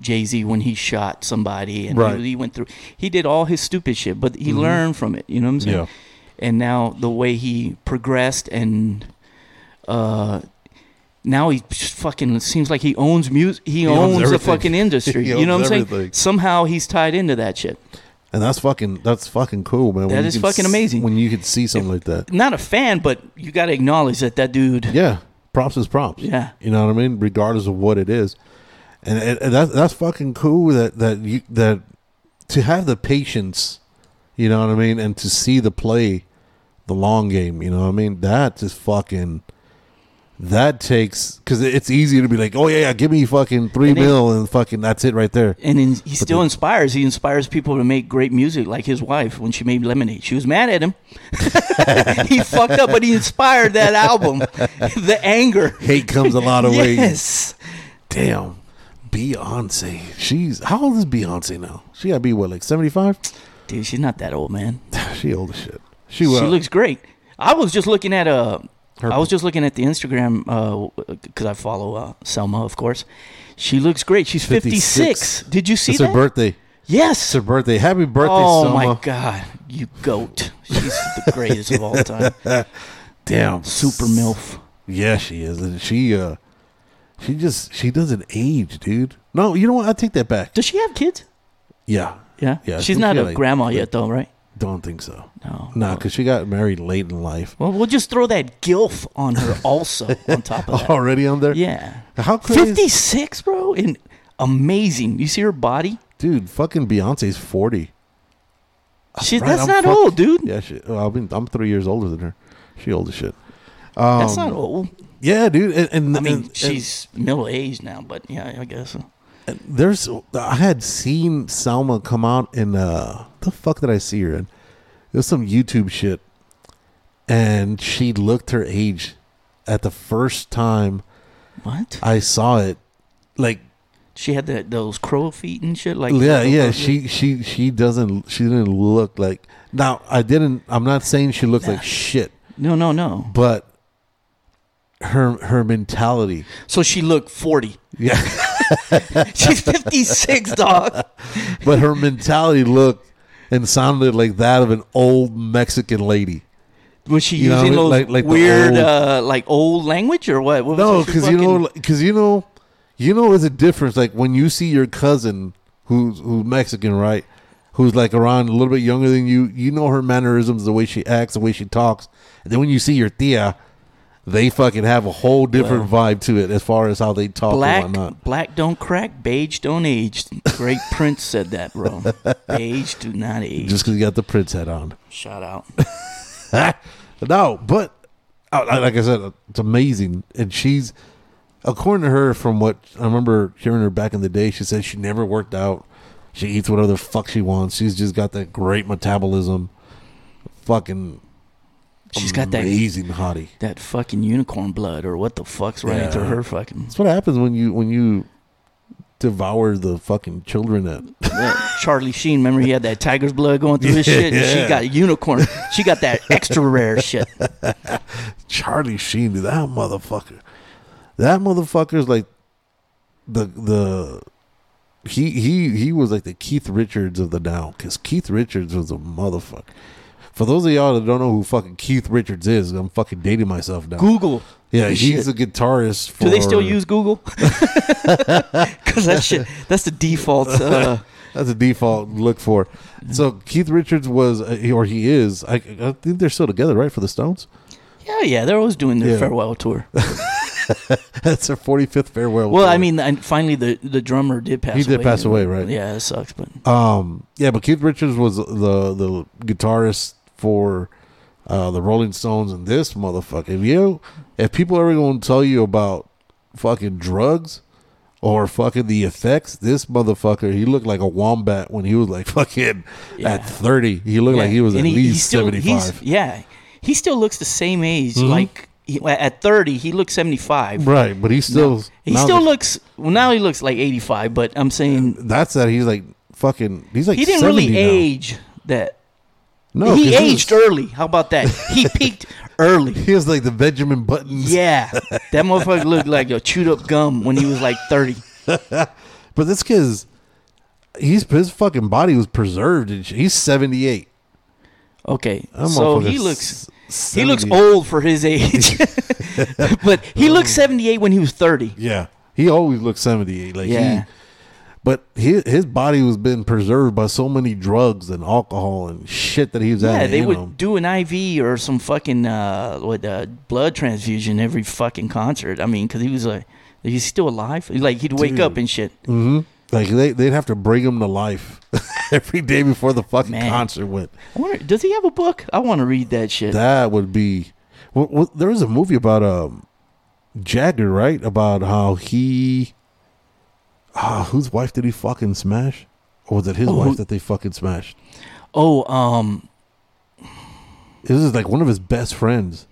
[SPEAKER 3] Jay Z when he shot somebody, and
[SPEAKER 2] Right. Mm-hmm.
[SPEAKER 3] he, he went through. He did all his stupid shit, but he learned from it. You know what I'm saying?
[SPEAKER 2] Yeah.
[SPEAKER 3] And now the way he progressed, and uh, now he just fucking it seems like he owns music. He,
[SPEAKER 2] owns
[SPEAKER 3] owns, the
[SPEAKER 2] everything.
[SPEAKER 3] fucking industry.
[SPEAKER 2] He
[SPEAKER 3] you know
[SPEAKER 2] owns
[SPEAKER 3] what I'm
[SPEAKER 2] everything.
[SPEAKER 3] saying? Somehow he's tied into that shit.
[SPEAKER 2] and that's fucking that's fucking cool, man. When
[SPEAKER 3] That
[SPEAKER 2] you
[SPEAKER 3] is
[SPEAKER 2] can
[SPEAKER 3] fucking
[SPEAKER 2] s-
[SPEAKER 3] amazing.
[SPEAKER 2] when you could see something like that.
[SPEAKER 3] Not a fan, but you got to acknowledge that that dude.
[SPEAKER 2] Yeah, props is props.
[SPEAKER 3] Yeah.
[SPEAKER 2] you know what I mean, regardless of what it is, and, and, and that's that's fucking cool that that you that to have the patience, you know what I mean, and to see the play, the long game, you know what I mean. That is fucking. That takes because it's easy to be like, oh yeah, yeah, give me fucking three
[SPEAKER 3] And it-
[SPEAKER 2] mil and fucking that's it right there.
[SPEAKER 3] and in, he still
[SPEAKER 2] the-
[SPEAKER 3] inspires. He inspires people to make great music, like his wife when she made Lemonade. She was mad at him. he fucked up, but he inspired that album. the anger.
[SPEAKER 2] Hate comes a lot of ways.
[SPEAKER 3] Yes.
[SPEAKER 2] Damn, Beyonce, she's how old is Beyonce now? She gotta be what like seventy five.
[SPEAKER 3] Dude, she's not that old, man.
[SPEAKER 2] She old as shit. She uh,
[SPEAKER 3] She,
[SPEAKER 2] well,
[SPEAKER 3] looks great. I was just looking at uh,
[SPEAKER 2] Her-
[SPEAKER 3] I was just looking at the Instagram because I follow uh, Selma, of course. She looks great. She's 56.
[SPEAKER 2] 56.
[SPEAKER 3] Did you see
[SPEAKER 2] It's
[SPEAKER 3] that?
[SPEAKER 2] her birthday.
[SPEAKER 3] yes.
[SPEAKER 2] It's her birthday. Happy birthday,
[SPEAKER 3] oh
[SPEAKER 2] Selma.
[SPEAKER 3] my God, you goat! She's the greatest of all time.
[SPEAKER 2] Damn.
[SPEAKER 3] Super milf.
[SPEAKER 2] Yeah, she is. And she uh she just she doesn't age, dude. No, you know what? I take that back.
[SPEAKER 3] Does she have kids?
[SPEAKER 2] Yeah.
[SPEAKER 3] Yeah.
[SPEAKER 2] Yeah, I
[SPEAKER 3] She's
[SPEAKER 2] think
[SPEAKER 3] not
[SPEAKER 2] she
[SPEAKER 3] a
[SPEAKER 2] had, like,
[SPEAKER 3] grandma
[SPEAKER 2] like-
[SPEAKER 3] yet, though, right?
[SPEAKER 2] Don't think so.
[SPEAKER 3] No.
[SPEAKER 2] Nah, because she got married late in life.
[SPEAKER 3] Well, we'll just throw that gilf on her also on top of that.
[SPEAKER 2] Already on there?
[SPEAKER 3] Yeah.
[SPEAKER 2] How crazy
[SPEAKER 3] 56, bro? And amazing. You see her body?
[SPEAKER 2] dude, fucking Beyonce's forty.
[SPEAKER 3] She's,
[SPEAKER 2] Right,
[SPEAKER 3] that's
[SPEAKER 2] I'm
[SPEAKER 3] not
[SPEAKER 2] fuck-
[SPEAKER 3] old, dude.
[SPEAKER 2] Yeah, she well, I mean, I'm three years older than her. She old as shit.
[SPEAKER 3] that's not old.
[SPEAKER 2] Yeah, dude. And, Um, and
[SPEAKER 3] I mean,
[SPEAKER 2] and-
[SPEAKER 3] she's middle aged now, but yeah, I guess.
[SPEAKER 2] there's I had seen Salma come out in uh the fuck did I see her in? It was some YouTube shit. And she looked her age at the first time
[SPEAKER 3] What?
[SPEAKER 2] I saw it. Like
[SPEAKER 3] She had that those crow feet and shit. Like
[SPEAKER 2] yeah, yeah, she she she doesn't she didn't look like now I didn't I'm not saying she looked like shit,
[SPEAKER 3] No, no, no.
[SPEAKER 2] but her her mentality.
[SPEAKER 3] So she looked forty.
[SPEAKER 2] Yeah.
[SPEAKER 3] She's fifty six, dog.
[SPEAKER 2] but her mentality looked and sounded like that of an old Mexican lady.
[SPEAKER 3] Was she
[SPEAKER 2] You know,
[SPEAKER 3] using those
[SPEAKER 2] like- like the
[SPEAKER 3] weird,
[SPEAKER 2] old-
[SPEAKER 3] uh, like old language or what? what was
[SPEAKER 2] No,
[SPEAKER 3] it? She
[SPEAKER 2] because you know,
[SPEAKER 3] fucking-
[SPEAKER 2] because you know, you know, it's a difference. Like when you see your cousin who's who's Mexican, right? Who's like around a little bit younger than you. You know her mannerisms, the way she acts, the way she talks. And then when you see your tia, they fucking have a whole different vibe to it as far as how they talk and whatnot.
[SPEAKER 3] black, black don't crack, beige don't age. Great Prince said that, bro. beige do not age.
[SPEAKER 2] Just because you got the prince hat on.
[SPEAKER 3] Shout out.
[SPEAKER 2] no, but uh, li- like I said, it's amazing. And she's, according to her, from what I remember hearing her back in the day, she said she never worked out. She eats whatever the fuck she wants. She's just got that great metabolism. Fucking
[SPEAKER 3] She's got that
[SPEAKER 2] amazing hottie.
[SPEAKER 3] that fucking unicorn blood or what the fuck's running
[SPEAKER 2] Yeah.
[SPEAKER 3] through her fucking
[SPEAKER 2] That's what happens when you when you devour the fucking children at
[SPEAKER 3] that Charlie Sheen. Remember he had that tiger's blood going through his shit. And
[SPEAKER 2] Yeah.
[SPEAKER 3] She got unicorn. She got that extra rare shit.
[SPEAKER 2] Charlie Sheen. Dude, that motherfucker. That motherfucker's like the the he he he was like the Keith Richards of the now because Keith Richards was a motherfucker. For those of y'all that don't know who fucking Keith Richards is, I'm fucking dating myself now.
[SPEAKER 3] Google.
[SPEAKER 2] yeah,
[SPEAKER 3] Shit.
[SPEAKER 2] he's a guitarist. For,
[SPEAKER 3] Do they still use Google? Because that shit, that's the default. Uh,
[SPEAKER 2] That's a default look for. So Keith Richards was, uh, or he is. I, I think they're still together, right? For the Stones,
[SPEAKER 3] yeah, yeah, they're always doing their
[SPEAKER 2] Yeah.
[SPEAKER 3] farewell tour.
[SPEAKER 2] that's their 45th farewell.
[SPEAKER 3] Well, I
[SPEAKER 2] tour.
[SPEAKER 3] mean, and finally the the drummer did pass.
[SPEAKER 2] He did
[SPEAKER 3] away,
[SPEAKER 2] pass away, right?
[SPEAKER 3] Yeah, it sucks, but
[SPEAKER 2] Um, yeah, but Keith Richards was the the guitarist for uh, the Rolling Stones and this motherfucker. If you if people ever gonna tell you about fucking drugs or fucking the effects, this motherfucker he looked like a wombat when he was like fucking
[SPEAKER 3] Yeah.
[SPEAKER 2] at thirty. He looked
[SPEAKER 3] yeah.
[SPEAKER 2] like he was at
[SPEAKER 3] And he's
[SPEAKER 2] least
[SPEAKER 3] still-
[SPEAKER 2] seventy
[SPEAKER 3] he's-
[SPEAKER 2] five.
[SPEAKER 3] Yeah, he still looks the same age.
[SPEAKER 2] Mhm.
[SPEAKER 3] Like he, at thirty, he looks seventy five.
[SPEAKER 2] Right, but he still
[SPEAKER 3] He
[SPEAKER 2] now
[SPEAKER 3] still
[SPEAKER 2] that-
[SPEAKER 3] looks well. Now he looks like eighty five, but I'm saying
[SPEAKER 2] That's that he's like fucking. He's like
[SPEAKER 3] he didn't really
[SPEAKER 2] 70 now.
[SPEAKER 3] age that.
[SPEAKER 2] No,
[SPEAKER 3] he
[SPEAKER 2] 'cause was-
[SPEAKER 3] aged early. How about that? He peaked early.
[SPEAKER 2] He was like the Benjamin Buttons.
[SPEAKER 3] Yeah, that motherfucker looked like a chewed up gum when he was like thirty.
[SPEAKER 2] But this kid's he's his fucking body was preserved and shit. He's seventy eight.
[SPEAKER 3] Okay, so he looks he looks
[SPEAKER 2] old.
[SPEAKER 3] old for his age, but he looked
[SPEAKER 2] Oh.
[SPEAKER 3] seventy eight when he was thirty.
[SPEAKER 2] Yeah, he always looks seventy eight. Like
[SPEAKER 3] Yeah.
[SPEAKER 2] he, but his his body was been preserved by so many drugs and alcohol and shit that he was
[SPEAKER 3] Yeah,
[SPEAKER 2] at.
[SPEAKER 3] they
[SPEAKER 2] you
[SPEAKER 3] would
[SPEAKER 2] know.
[SPEAKER 3] do an IV or some fucking uh, what uh, blood transfusion every fucking concert. I mean, because he was like, he's still alive. Like he'd wake up
[SPEAKER 2] Dude.
[SPEAKER 3] and shit.
[SPEAKER 2] Mm-hmm. like they they'd have to bring him to life every day before the fucking
[SPEAKER 3] Man.
[SPEAKER 2] concert went.
[SPEAKER 3] I wonder, does he have a book? I want to read that shit.
[SPEAKER 2] That would be. Well, well, there was a movie about um, Jagger, right? About how he, ah, whose wife did he fucking smash, or was it his
[SPEAKER 3] Oh,
[SPEAKER 2] wife
[SPEAKER 3] who-
[SPEAKER 2] that they fucking smashed?
[SPEAKER 3] oh, um,
[SPEAKER 2] This is like one of his best friends,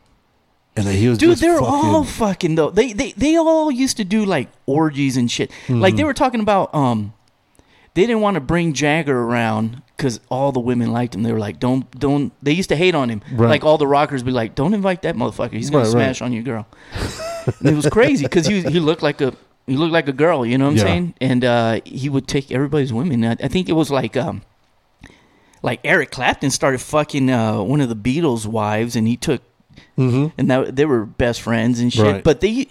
[SPEAKER 2] and that he was
[SPEAKER 3] dude,
[SPEAKER 2] just
[SPEAKER 3] they're
[SPEAKER 2] fucking,
[SPEAKER 3] all fucking though. They they they all used to do like orgies and shit. Like
[SPEAKER 2] Hmm.
[SPEAKER 3] they were talking about um, they didn't want to bring Jagger around because all the women liked him. They were like, don't don't. They used to hate on him.
[SPEAKER 2] Right.
[SPEAKER 3] Like all the rockers be like, don't invite that motherfucker. He's gonna
[SPEAKER 2] Right, right.
[SPEAKER 3] smash on you, girl. and it was crazy because he was- he looked like a he looked like a girl. You know what I'm
[SPEAKER 2] Yeah.
[SPEAKER 3] saying? And uh, he would take everybody's women. I, I think it was like um. Like Eric Clapton started fucking uh, one of the Beatles' wives, and he took and that, they were best friends and shit.
[SPEAKER 2] Mm-hmm. Right.
[SPEAKER 3] But they,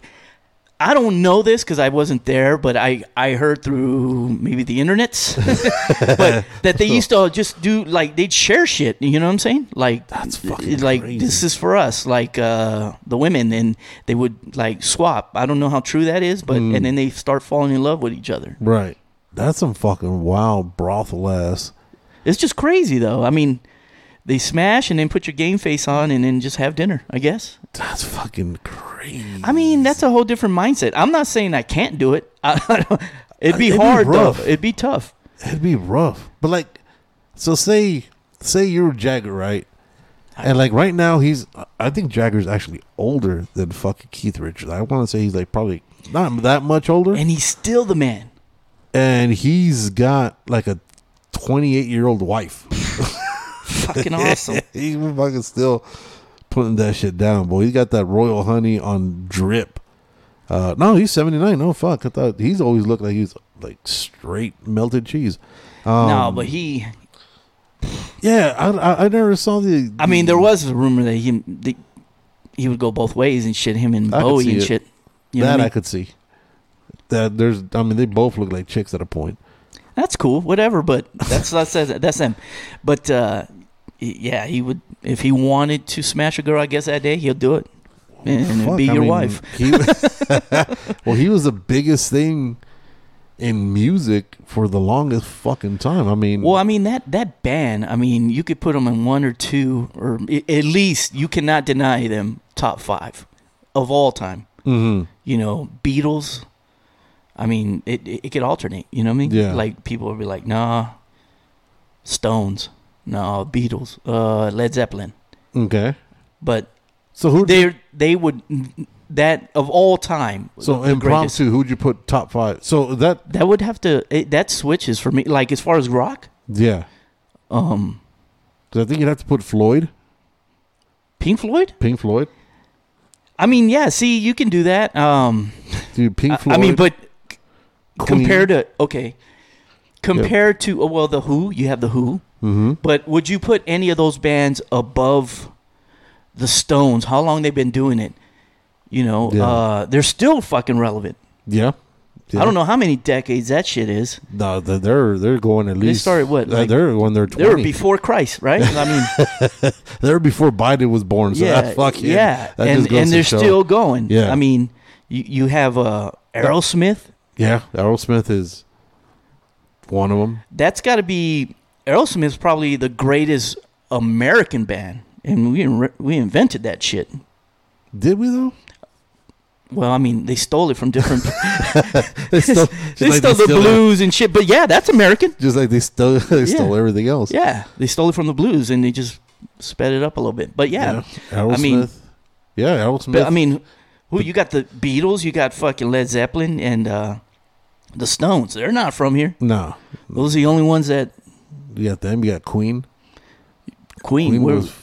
[SPEAKER 3] I don't know this because I wasn't there, but I I heard through maybe the internets, but that they used to just do like they'd share shit. You know what I'm saying? Like
[SPEAKER 2] That's fucking
[SPEAKER 3] like
[SPEAKER 2] crazy.
[SPEAKER 3] this is for us, like uh, the women, and they would like swap. I don't know how true that is, but
[SPEAKER 2] Mm.
[SPEAKER 3] and then they start falling in love with each other.
[SPEAKER 2] right. That's some fucking wild brothel ass.
[SPEAKER 3] It's just crazy though. I mean. They smash and then put your game face on and then just have dinner, I guess.
[SPEAKER 2] That's fucking crazy.
[SPEAKER 3] I mean, that's a whole different mindset. I'm not saying I can't do it. I, don't- it'd be
[SPEAKER 2] It'd be
[SPEAKER 3] hard, though.
[SPEAKER 2] rough.
[SPEAKER 3] It'd be tough.
[SPEAKER 2] It'd be rough. But like, so say say you're Jagger, right? And like right now, he's I think Jagger's actually older than fucking Keith Richards. I want to say he's like probably not that much older,
[SPEAKER 3] And he's still the man.
[SPEAKER 2] and he's got like a 28 year old wife.
[SPEAKER 3] Fucking awesome.
[SPEAKER 2] He's fucking still putting that shit down, boy. He's got that royal honey on drip. Uh, no, he's 79. No fuck, I thought he's always looked like he's like straight melted cheese. Um,
[SPEAKER 3] no, but he.
[SPEAKER 2] Yeah, I, I, I never saw the.
[SPEAKER 3] I mean, there was a rumor that he that he would go both ways and shit. Him and
[SPEAKER 2] I could
[SPEAKER 3] Bowie
[SPEAKER 2] see
[SPEAKER 3] and
[SPEAKER 2] it.
[SPEAKER 3] shit. You know
[SPEAKER 2] that
[SPEAKER 3] what I
[SPEAKER 2] I,
[SPEAKER 3] mean?
[SPEAKER 2] could see. That there's, I mean, they both look like chicks at a point.
[SPEAKER 3] that's cool, whatever. But that's that's that's them. But uh, y- yeah, he would if he wanted to smash a girl. I guess that day he'll do it, and, and
[SPEAKER 2] Fuck,
[SPEAKER 3] be
[SPEAKER 2] I
[SPEAKER 3] your
[SPEAKER 2] mean,
[SPEAKER 3] wife.
[SPEAKER 2] he- well, he was the biggest thing in music for the longest fucking time. I mean,
[SPEAKER 3] Well, I mean that that band. I mean, you could put them in one or two, or i- at least you cannot deny them top five of all time.
[SPEAKER 2] mhm.
[SPEAKER 3] You know, Beatles. I mean, it it, it could alternate. You know what I mean?
[SPEAKER 2] Yeah.
[SPEAKER 3] Like people would be like, nah, Stones, nah, Beatles, uh, Led Zeppelin,
[SPEAKER 2] okay.
[SPEAKER 3] but
[SPEAKER 2] So who?
[SPEAKER 3] they they would that of all time.
[SPEAKER 2] so
[SPEAKER 3] the greatest.
[SPEAKER 2] impromptu, who'd you put top five? So that,
[SPEAKER 3] That would have to it, that switches for me. Like as far as rock,
[SPEAKER 2] yeah,
[SPEAKER 3] um,
[SPEAKER 2] 'Cause I think you'd have to put Floyd,
[SPEAKER 3] Pink Floyd.
[SPEAKER 2] Pink Floyd,
[SPEAKER 3] I mean, yeah. See, you can do that. Um,
[SPEAKER 2] dude, Pink
[SPEAKER 3] I-
[SPEAKER 2] Floyd.
[SPEAKER 3] I mean, but
[SPEAKER 2] Queen.
[SPEAKER 3] compared to okay, compared to oh, well the Who. You have the Who,
[SPEAKER 2] Mm-hmm.
[SPEAKER 3] but would you put any of those bands above the Stones? How long they've been doing it? You know,
[SPEAKER 2] Yeah.
[SPEAKER 3] uh, they're still fucking relevant.
[SPEAKER 2] Yeah.
[SPEAKER 3] I don't know how many decades that shit is.
[SPEAKER 2] No, th- they're they're going at least.
[SPEAKER 3] started what,
[SPEAKER 2] uh,
[SPEAKER 3] like-
[SPEAKER 2] they're when they're
[SPEAKER 3] They
[SPEAKER 2] twenty.
[SPEAKER 3] were before Christ, right? I mean,
[SPEAKER 2] They're before Biden was born. So
[SPEAKER 3] yeah,
[SPEAKER 2] that's fucking
[SPEAKER 3] yeah,
[SPEAKER 2] That
[SPEAKER 3] and
[SPEAKER 2] just goes
[SPEAKER 3] and
[SPEAKER 2] to
[SPEAKER 3] they're
[SPEAKER 2] show.
[SPEAKER 3] still going.
[SPEAKER 2] Yeah.
[SPEAKER 3] I mean, you, you have uh, Aerosmith.
[SPEAKER 2] yeah. Aerosmith is one of them.
[SPEAKER 3] That's got to be Aerosmith's probably the greatest American band, and we in- we invented that shit.
[SPEAKER 2] Did we though?
[SPEAKER 3] Well, I mean, they stole it from different.
[SPEAKER 2] They still, just
[SPEAKER 3] they
[SPEAKER 2] like
[SPEAKER 3] stole the blues and shit, but yeah, that's American.
[SPEAKER 2] Just like they stole they
[SPEAKER 3] Yeah.
[SPEAKER 2] stole everything else.
[SPEAKER 3] Yeah, they stole it from the blues and they just sped it up a little bit. But yeah,
[SPEAKER 2] Aerosmith.
[SPEAKER 3] mean-
[SPEAKER 2] yeah, Aerosmith.
[SPEAKER 3] but I mean, who you got the Beatles, you got fucking Led Zeppelin and uh, the Stones. They're not from here.
[SPEAKER 2] no.
[SPEAKER 3] Those are the only ones that
[SPEAKER 2] You got them. You got Queen.
[SPEAKER 3] Queen.
[SPEAKER 2] Queen
[SPEAKER 3] where
[SPEAKER 2] was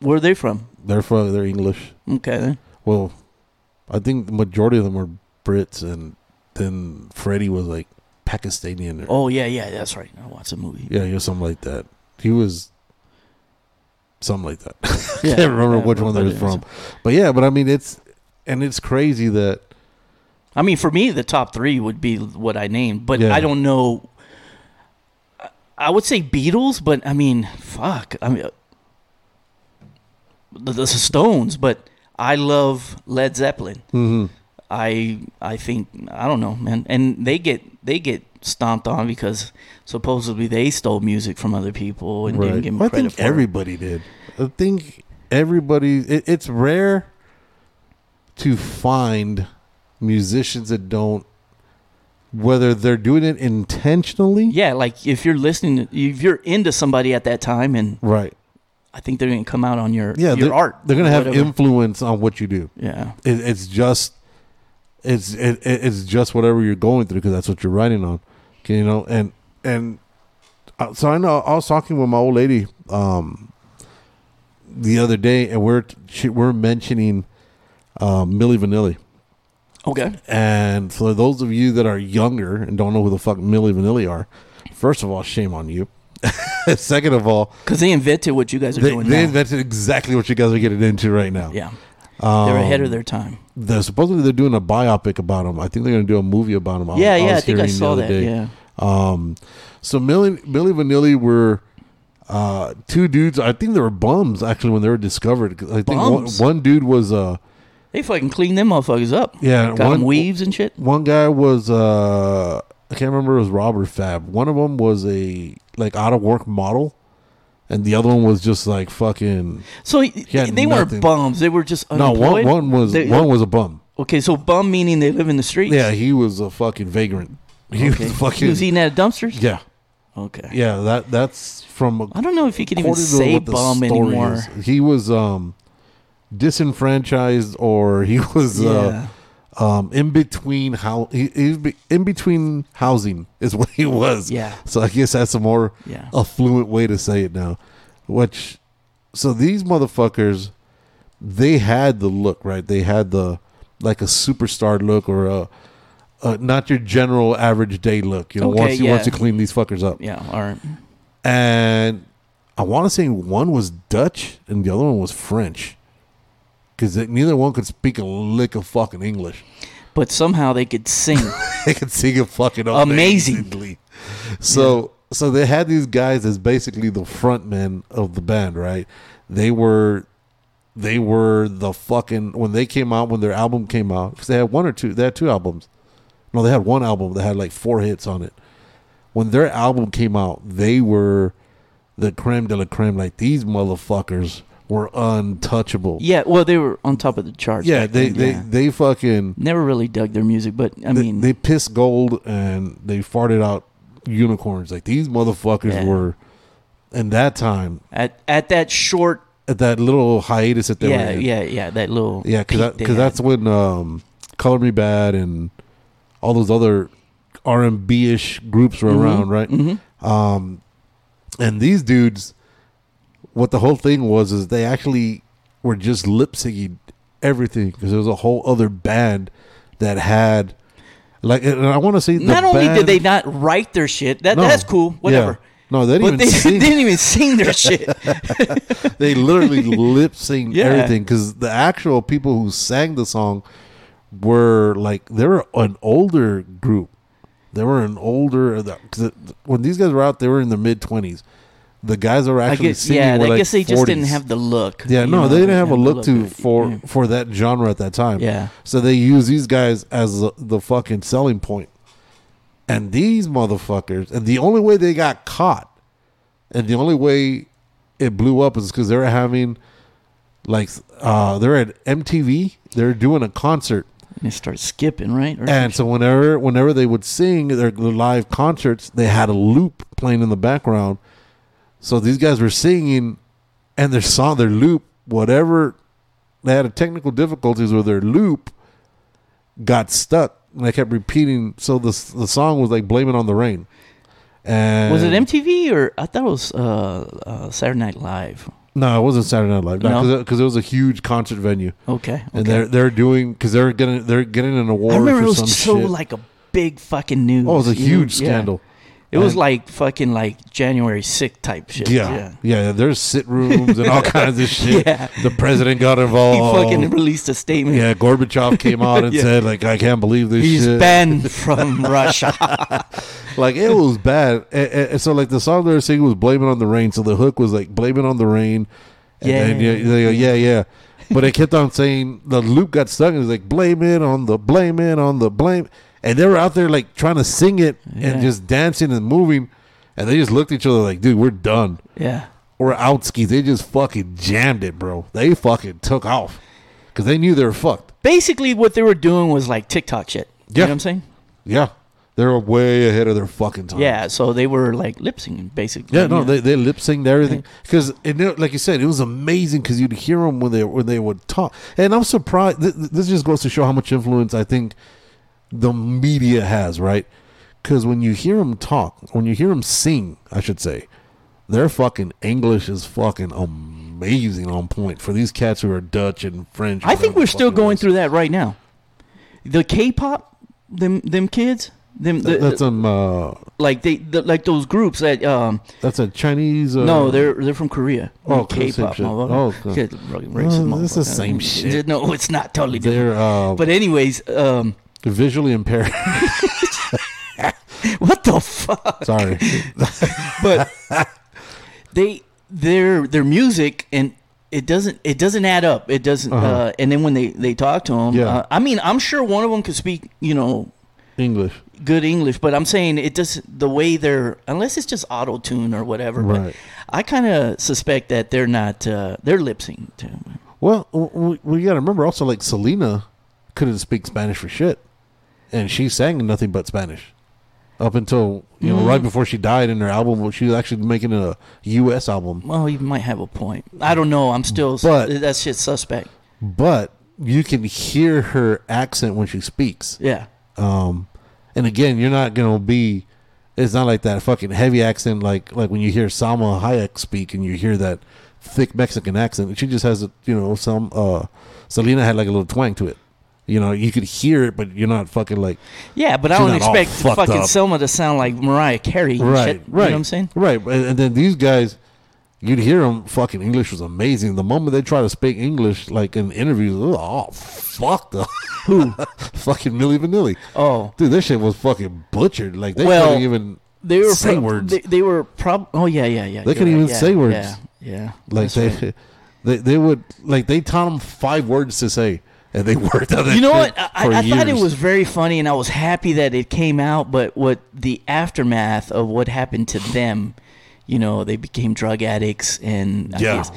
[SPEAKER 3] where are they from?
[SPEAKER 2] they're from they're English.
[SPEAKER 3] Okay, then.
[SPEAKER 2] Well, I think the majority of them were Brits, and then Freddie was like Pakistani or
[SPEAKER 3] Oh yeah, yeah, that's right. I watched the movie.
[SPEAKER 2] yeah, he was something like that. He was something like that.
[SPEAKER 3] Yeah,
[SPEAKER 2] Can't remember
[SPEAKER 3] yeah,
[SPEAKER 2] which one
[SPEAKER 3] but-
[SPEAKER 2] they was from, but yeah, but I mean it's and it's crazy that
[SPEAKER 3] I mean, for me, the top three would be what I named, but
[SPEAKER 2] Yeah.
[SPEAKER 3] I don't know. I- I would say Beatles, but I mean, fuck. I mean, uh, the, the Stones, but I love Led Zeppelin.
[SPEAKER 2] mhm,
[SPEAKER 3] I I think I don't know, man. And they get they get stomped on because supposedly they stole music from other people and didn't
[SPEAKER 2] right.
[SPEAKER 3] give them
[SPEAKER 2] Well, I
[SPEAKER 3] credit
[SPEAKER 2] think
[SPEAKER 3] for it.
[SPEAKER 2] everybody did. I think everybody. It, it's rare to find musicians that don't whether they're doing it intentionally.
[SPEAKER 3] Yeah, like if you're listening, to, if you're into somebody at that time, and
[SPEAKER 2] Right.
[SPEAKER 3] I think they're gonna come out on your
[SPEAKER 2] yeah,
[SPEAKER 3] your
[SPEAKER 2] they're,
[SPEAKER 3] art.
[SPEAKER 2] They're gonna have
[SPEAKER 3] whatever.
[SPEAKER 2] influence on what you do.
[SPEAKER 3] yeah.
[SPEAKER 2] It, it's just, it's it, it- it's just whatever you're going through because that's what you're writing on, Okay, you know. And and uh, so I know I was talking with my old lady um the other day, and we're she, we're mentioning um, Millie Vanilli.
[SPEAKER 3] Okay.
[SPEAKER 2] And for those of you that are younger and don't know who the fuck Millie Vanilli are, first of all, shame on you. Second of all,
[SPEAKER 3] Because they invented what you guys are
[SPEAKER 2] they,
[SPEAKER 3] doing
[SPEAKER 2] they
[SPEAKER 3] now.
[SPEAKER 2] invented exactly what you guys are getting into right now.
[SPEAKER 3] yeah. They're ahead
[SPEAKER 2] um,
[SPEAKER 3] of their time.
[SPEAKER 2] they're supposedly they're doing a biopic about him. I think they're going to do a movie about him.
[SPEAKER 3] yeah, yeah. I
[SPEAKER 2] was
[SPEAKER 3] think I
[SPEAKER 2] hearing the
[SPEAKER 3] saw
[SPEAKER 2] other
[SPEAKER 3] that.
[SPEAKER 2] day.
[SPEAKER 3] Yeah.
[SPEAKER 2] Um, so Millie, Millie Vanilli were uh, two dudes. I think they were bums actually when they were discovered. I think one,
[SPEAKER 3] Bums?
[SPEAKER 2] one dude was uh,
[SPEAKER 3] They fucking cleaned them motherfuckers up.
[SPEAKER 2] Yeah,
[SPEAKER 3] Got
[SPEAKER 2] one-
[SPEAKER 3] them weaves and shit.
[SPEAKER 2] one guy was uh, I can't remember if it was Rob or Fab. One of them was a like out of work model, and the other one was just like fucking.
[SPEAKER 3] So
[SPEAKER 2] had
[SPEAKER 3] they
[SPEAKER 2] nothing.
[SPEAKER 3] weren't bums. They were just
[SPEAKER 2] No,
[SPEAKER 3] unemployed.
[SPEAKER 2] one one was
[SPEAKER 3] They-
[SPEAKER 2] one was a bum.
[SPEAKER 3] Okay, so bum meaning they live in the streets.
[SPEAKER 2] Yeah, he was a fucking vagrant. He
[SPEAKER 3] Okay.
[SPEAKER 2] was fucking.
[SPEAKER 3] He was eating out of dumpsters.
[SPEAKER 2] yeah.
[SPEAKER 3] Okay.
[SPEAKER 2] Yeah, that that's from a
[SPEAKER 3] I don't know if you can even
[SPEAKER 2] quarter to
[SPEAKER 3] say
[SPEAKER 2] what the
[SPEAKER 3] bum
[SPEAKER 2] story
[SPEAKER 3] anymore.
[SPEAKER 2] is. He was um disenfranchised or he was
[SPEAKER 3] Yeah.
[SPEAKER 2] uh, um in between how he, he was be- in between housing is what he was.
[SPEAKER 3] Yeah.
[SPEAKER 2] So I guess that's a more
[SPEAKER 3] Yeah.
[SPEAKER 2] affluent way to say it now. Which so these motherfuckers they had the look, right? They had the like a superstar look or a uh, not your general average day look, you know.
[SPEAKER 3] Okay,
[SPEAKER 2] once you once
[SPEAKER 3] yeah.
[SPEAKER 2] you clean these fuckers up,
[SPEAKER 3] Yeah. All right.
[SPEAKER 2] and I want to say one was Dutch and the other one was French, because neither one could speak a lick of fucking English.
[SPEAKER 3] But somehow they could sing.
[SPEAKER 2] They could sing it fucking
[SPEAKER 3] Amazing.
[SPEAKER 2] amazingly. So so they had these guys as basically the front men of the band, right? They were they were the fucking when they came out when their album came out because they had one or two they had two albums. No, they had one album that had like four hits on it. When their album came out, they were the creme de la creme. Like these motherfuckers were untouchable.
[SPEAKER 3] yeah. Well, they were on top of the charts.
[SPEAKER 2] yeah
[SPEAKER 3] back
[SPEAKER 2] they
[SPEAKER 3] then,
[SPEAKER 2] they
[SPEAKER 3] yeah.
[SPEAKER 2] they fucking
[SPEAKER 3] never really dug their music, but I
[SPEAKER 2] they,
[SPEAKER 3] mean,
[SPEAKER 2] they pissed gold and they farted out unicorns. Like these motherfuckers
[SPEAKER 3] Yeah.
[SPEAKER 2] were, in that time
[SPEAKER 3] at at that short
[SPEAKER 2] at that little hiatus that they
[SPEAKER 3] yeah,
[SPEAKER 2] were in.
[SPEAKER 3] yeah, yeah. That little
[SPEAKER 2] yeah,
[SPEAKER 3] peak
[SPEAKER 2] because
[SPEAKER 3] they had.
[SPEAKER 2] that's when um, Color Me Bad and all those other R and B ish groups were
[SPEAKER 3] Mhm,
[SPEAKER 2] around, right?
[SPEAKER 3] mhm.
[SPEAKER 2] Um, and these dudes, what the whole thing was is they actually were just lip syncing everything because there was a whole other band that had Like, and I want to see. the
[SPEAKER 3] Not only did
[SPEAKER 2] band-
[SPEAKER 3] they not write their shit, that,
[SPEAKER 2] No.
[SPEAKER 3] that's cool,
[SPEAKER 2] Yeah.
[SPEAKER 3] whatever.
[SPEAKER 2] No, they didn't
[SPEAKER 3] But
[SPEAKER 2] even
[SPEAKER 3] they
[SPEAKER 2] sing.
[SPEAKER 3] didn't even sing their shit.
[SPEAKER 2] they literally lip synced
[SPEAKER 3] Yeah.
[SPEAKER 2] everything because the actual people who sang the song were like they were an older group. They were an older uh, 'cause it- when these guys were out, they were in their mid twenties. The guys that were
[SPEAKER 3] I
[SPEAKER 2] actually
[SPEAKER 3] guess,
[SPEAKER 2] singing
[SPEAKER 3] yeah,
[SPEAKER 2] were
[SPEAKER 3] I
[SPEAKER 2] like
[SPEAKER 3] guess they just didn't
[SPEAKER 2] 40s.
[SPEAKER 3] have the look.
[SPEAKER 2] Yeah,
[SPEAKER 3] you
[SPEAKER 2] no,
[SPEAKER 3] know,
[SPEAKER 2] they didn't have a
[SPEAKER 3] the
[SPEAKER 2] look to
[SPEAKER 3] of it.
[SPEAKER 2] for
[SPEAKER 3] Yeah.
[SPEAKER 2] for that genre at that time.
[SPEAKER 3] Yeah.
[SPEAKER 2] So they use these guys as the, the fucking selling point. And these motherfuckers, and the only way they got caught, and the only way it blew up is because they were having, like, uh, they're at MTV. They're doing a concert,
[SPEAKER 3] They start skipping, right? Or
[SPEAKER 2] and so whenever whenever they would sing their live concerts, they had a loop playing in the background. So these guys were singing, and their song, their loop, whatever they had a technical difficulties with their loop, got stuck, and they kept repeating. So the the song was like "Blame It on the Rain." And
[SPEAKER 3] was it MTV or I thought it was uh, uh, Saturday Night Live?
[SPEAKER 2] No, it wasn't Saturday Night Live.
[SPEAKER 3] No?
[SPEAKER 2] No, because it was a huge concert venue,
[SPEAKER 3] Okay, okay.
[SPEAKER 2] and they're they're doing because they're getting they're getting an award.
[SPEAKER 3] I remember
[SPEAKER 2] for
[SPEAKER 3] it was
[SPEAKER 2] some
[SPEAKER 3] so
[SPEAKER 2] shit.
[SPEAKER 3] like a big fucking news.
[SPEAKER 2] oh, it was a
[SPEAKER 3] you know?
[SPEAKER 2] huge
[SPEAKER 3] Yeah.
[SPEAKER 2] scandal.
[SPEAKER 3] It was
[SPEAKER 2] And-
[SPEAKER 3] like fucking like January 6th type shit.
[SPEAKER 2] Yeah. yeah, There's sit rooms and all kinds of shit.
[SPEAKER 3] Yeah.
[SPEAKER 2] The president got
[SPEAKER 3] He
[SPEAKER 2] involved.
[SPEAKER 3] fucking released a statement.
[SPEAKER 2] Oh. yeah, Gorbachev came out and
[SPEAKER 3] Yeah.
[SPEAKER 2] said like, "I can't believe this
[SPEAKER 3] He's
[SPEAKER 2] shit."
[SPEAKER 3] banned from Russia.
[SPEAKER 2] Like it was bad. And, and- and so like the song they were singing was "Blame It on the Rain." So the hook was like "Blame It on the Rain." And
[SPEAKER 3] Yeah.
[SPEAKER 2] then, yeah, they go, yeah, yeah. But they kept on saying the loop got stuck. And it was like "Blame It on the Blame It on the Blame," and they were out there like trying to sing it
[SPEAKER 3] Yeah.
[SPEAKER 2] and just dancing and moving. And they just looked at each other like, "Dude, we're done."
[SPEAKER 3] Yeah.
[SPEAKER 2] or outski. They just fucking jammed it, bro. They fucking took off because they knew they were fucked.
[SPEAKER 3] Basically, what they were doing was like TikTok shit. You
[SPEAKER 2] Yeah.
[SPEAKER 3] know what I'm saying?
[SPEAKER 2] Yeah, they were way ahead of their fucking time.
[SPEAKER 3] Yeah. So they were like lip syncing, basically.
[SPEAKER 2] Oh. yeah. No, they they lip synced everything because like you said, it was amazing because you'd hear them when they when they would talk. And I'm surprised. th- th- This just goes to show how much influence I think the media has, right? Because when you hear them talk, when you hear them sing, I should say, their fucking English is fucking amazing on point for these cats who are Dutch and French.
[SPEAKER 3] I think
[SPEAKER 2] whatever
[SPEAKER 3] we're
[SPEAKER 2] the
[SPEAKER 3] still
[SPEAKER 2] fuck it
[SPEAKER 3] going
[SPEAKER 2] is.
[SPEAKER 3] through that right now. The K-pop, them them kids, them the,
[SPEAKER 2] Th- that's um uh,
[SPEAKER 3] like they the, like those groups that um
[SPEAKER 2] that's a Chinese. Uh,
[SPEAKER 3] no they're they're from Korea.
[SPEAKER 2] Oh, okay, same
[SPEAKER 3] K-pop,
[SPEAKER 2] shit.
[SPEAKER 3] motherfucker.
[SPEAKER 2] Oh, okay.
[SPEAKER 3] Shit, fucking racist
[SPEAKER 2] Well, it's the
[SPEAKER 3] motherfucker.
[SPEAKER 2] same shit.
[SPEAKER 3] No, it's not totally different.
[SPEAKER 2] they're uh,
[SPEAKER 3] But anyways, um,
[SPEAKER 2] visually impaired.
[SPEAKER 3] what the fuck?
[SPEAKER 2] Sorry,
[SPEAKER 3] But they their their music and it doesn't it doesn't add up. It doesn't. uh
[SPEAKER 2] Uh-huh.
[SPEAKER 3] and then when they they talk to them,
[SPEAKER 2] Yeah.
[SPEAKER 3] uh, I mean, I'm sure one of them could speak, you know,
[SPEAKER 2] English.
[SPEAKER 3] good English, but I'm saying it doesn't. The way they're unless it's just auto tune or whatever. but
[SPEAKER 2] Right.
[SPEAKER 3] I kind of suspect that they're not. Uh, they're lip syncing. too.
[SPEAKER 2] Well, w- w- we got to remember also like Selena couldn't speak Spanish for shit, and she sang in nothing but Spanish up until you know right before she died in her album. well, She was actually making a U.S. album,
[SPEAKER 3] Well, you might have a point. I don't know. I'm still.
[SPEAKER 2] But-
[SPEAKER 3] that shit suspect.
[SPEAKER 2] but you can hear her accent when she speaks.
[SPEAKER 3] Yeah.
[SPEAKER 2] Um, and again, you're not gonna be. It's not like that fucking heavy accent, like like when you hear Salma Hayek speak and you hear that thick Mexican accent. She just has a you know some. uh Selena had like a little twang to it. You know, you could hear it, but you're not fucking like
[SPEAKER 3] Yeah, but I
[SPEAKER 2] She's
[SPEAKER 3] don't
[SPEAKER 2] not all
[SPEAKER 3] expect
[SPEAKER 2] fucked
[SPEAKER 3] fucking
[SPEAKER 2] up.
[SPEAKER 3] Selma to sound like Mariah Carey. and
[SPEAKER 2] right,
[SPEAKER 3] shit,
[SPEAKER 2] right.
[SPEAKER 3] You know what I'm saying?
[SPEAKER 2] right. And, and then these guys, you'd hear them. Fucking English was amazing. The moment they try to speak English, like in interviews, they're all fucked up. Who? fucking Millie Vanilli.
[SPEAKER 3] Oh.
[SPEAKER 2] Dude, this shit was fucking butchered. Like they
[SPEAKER 3] Well,
[SPEAKER 2] couldn't even
[SPEAKER 3] They were
[SPEAKER 2] say
[SPEAKER 3] prob-
[SPEAKER 2] words.
[SPEAKER 3] They, they were prob. Oh yeah, yeah, yeah.
[SPEAKER 2] They
[SPEAKER 3] you're
[SPEAKER 2] couldn't even
[SPEAKER 3] yeah,
[SPEAKER 2] say words.
[SPEAKER 3] Yeah, yeah.
[SPEAKER 2] like
[SPEAKER 3] that's
[SPEAKER 2] they,
[SPEAKER 3] right.
[SPEAKER 2] they, they would like they taught them five words to say, and they worked on that.
[SPEAKER 3] You know
[SPEAKER 2] shit
[SPEAKER 3] what? I, I
[SPEAKER 2] for
[SPEAKER 3] I thought it
[SPEAKER 2] years.
[SPEAKER 3] was very funny, and I was happy that it came out. But what the aftermath of what happened to them? You know, they became drug addicts, and I
[SPEAKER 2] Yeah.
[SPEAKER 3] guess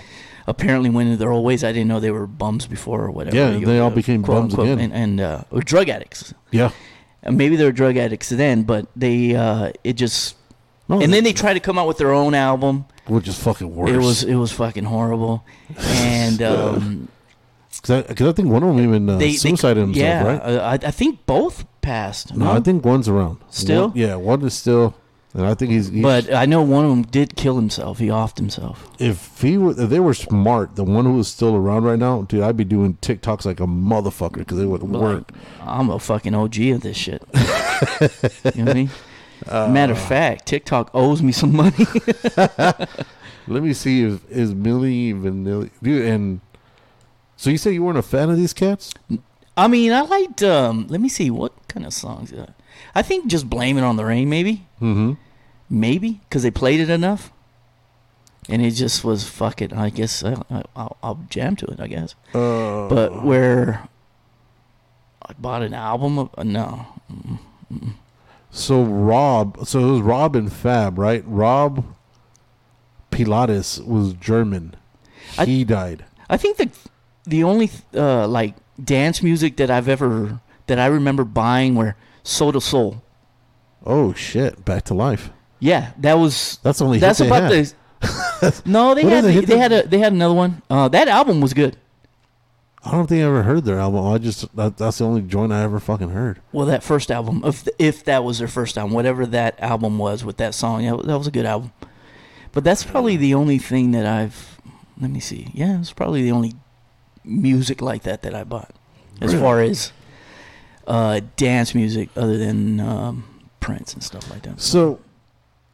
[SPEAKER 3] apparently went into their old ways. I didn't know they were bums before or whatever.
[SPEAKER 2] Yeah, and
[SPEAKER 3] you-
[SPEAKER 2] they all
[SPEAKER 3] uh,
[SPEAKER 2] became
[SPEAKER 3] quote,
[SPEAKER 2] bums
[SPEAKER 3] unquote,
[SPEAKER 2] again.
[SPEAKER 3] and, and uh, or drug addicts.
[SPEAKER 2] yeah.
[SPEAKER 3] Uh, Maybe they were drug addicts then, but they uh, it just.
[SPEAKER 2] No,
[SPEAKER 3] And then they tried to come out with their own album.
[SPEAKER 2] which is fucking worse.
[SPEAKER 3] It was it was fucking horrible, and um,
[SPEAKER 2] because I, 'cause I think one of them even uh,
[SPEAKER 3] they
[SPEAKER 2] suicided
[SPEAKER 3] they,
[SPEAKER 2] himself,
[SPEAKER 3] Yeah,
[SPEAKER 2] right?
[SPEAKER 3] uh, I, I think both passed.
[SPEAKER 2] No, I think one's around
[SPEAKER 3] Still?
[SPEAKER 2] One- yeah, one is still, and I think he's. he's
[SPEAKER 3] But I know one of them did kill himself. He offed himself.
[SPEAKER 2] if he were, if they were smart, the one who is still around right now, dude, I'd be doing TikToks like a motherfucker because it would
[SPEAKER 3] But,
[SPEAKER 2] work.
[SPEAKER 3] Like, I'm a fucking OG of this shit. You know what I mean? Matter of fact, TikTok owes me some money.
[SPEAKER 2] Let me see if is Millie Vanilli dude and so you say you weren't a fan of these cats?
[SPEAKER 3] I mean, I liked. Um, let me see what kind of songs. Uh, I think just "Blame It on the Rain," maybe,
[SPEAKER 2] Mm-hmm.
[SPEAKER 3] maybe because they played it enough, and it just was fuck it. I guess I, I, I'll, I'll jam to it. I guess.
[SPEAKER 2] Uh,
[SPEAKER 3] But where I bought an album of uh, no, Mm, mm.
[SPEAKER 2] so Rob so it was Rob and Fab, right? Rob Pilatus was German.
[SPEAKER 3] I-
[SPEAKER 2] He died.
[SPEAKER 3] I think the the only uh, like dance music that I've ever that I remember buying were Soul to Soul.
[SPEAKER 2] Oh shit! Back to life.
[SPEAKER 3] Yeah, that was
[SPEAKER 2] That's the only.
[SPEAKER 3] That's
[SPEAKER 2] hit they
[SPEAKER 3] about
[SPEAKER 2] had.
[SPEAKER 3] the. no, they
[SPEAKER 2] What
[SPEAKER 3] had
[SPEAKER 2] other
[SPEAKER 3] they,
[SPEAKER 2] hit
[SPEAKER 3] they
[SPEAKER 2] they-
[SPEAKER 3] had a they had another one. Uh, that album was good.
[SPEAKER 2] I don't think I ever heard their album. I just that, that's the only joint I ever fucking heard.
[SPEAKER 3] Well, that first album, if if that was their first album, whatever that album was with that song, that, that was a good album. But that's probably the only thing that I've. Let me see. Yeah, it's probably the only music like that that I bought, as
[SPEAKER 2] Really?
[SPEAKER 3] far as uh, dance music, other than um, Prince and stuff like that.
[SPEAKER 2] So,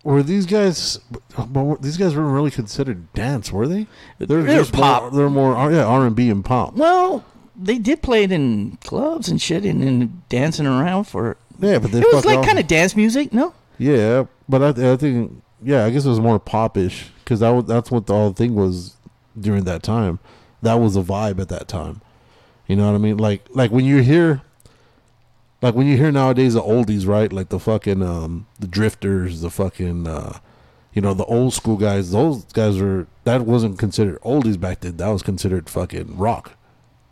[SPEAKER 2] were these guys? But were- these guys weren't really considered dance, were they?
[SPEAKER 3] They're
[SPEAKER 2] just
[SPEAKER 3] pop.
[SPEAKER 2] More, they're more R- yeah R and B and pop.
[SPEAKER 3] Well, they did play it in clubs and shit, and, and dancing around for it.
[SPEAKER 2] Yeah, but they
[SPEAKER 3] It was
[SPEAKER 2] fucking
[SPEAKER 3] like
[SPEAKER 2] all-
[SPEAKER 3] kind of dance music, no?
[SPEAKER 2] yeah. But I, I think yeah, I guess it was more popish because that was, that's what the whole thing was during that time. That was a vibe at that time. You know what I mean? Like like when you hear. Like when you hear nowadays the oldies, right? Like the fucking um the drifters, the fucking uh you know, the old school guys, those guys were that wasn't considered oldies back then. That was considered fucking rock.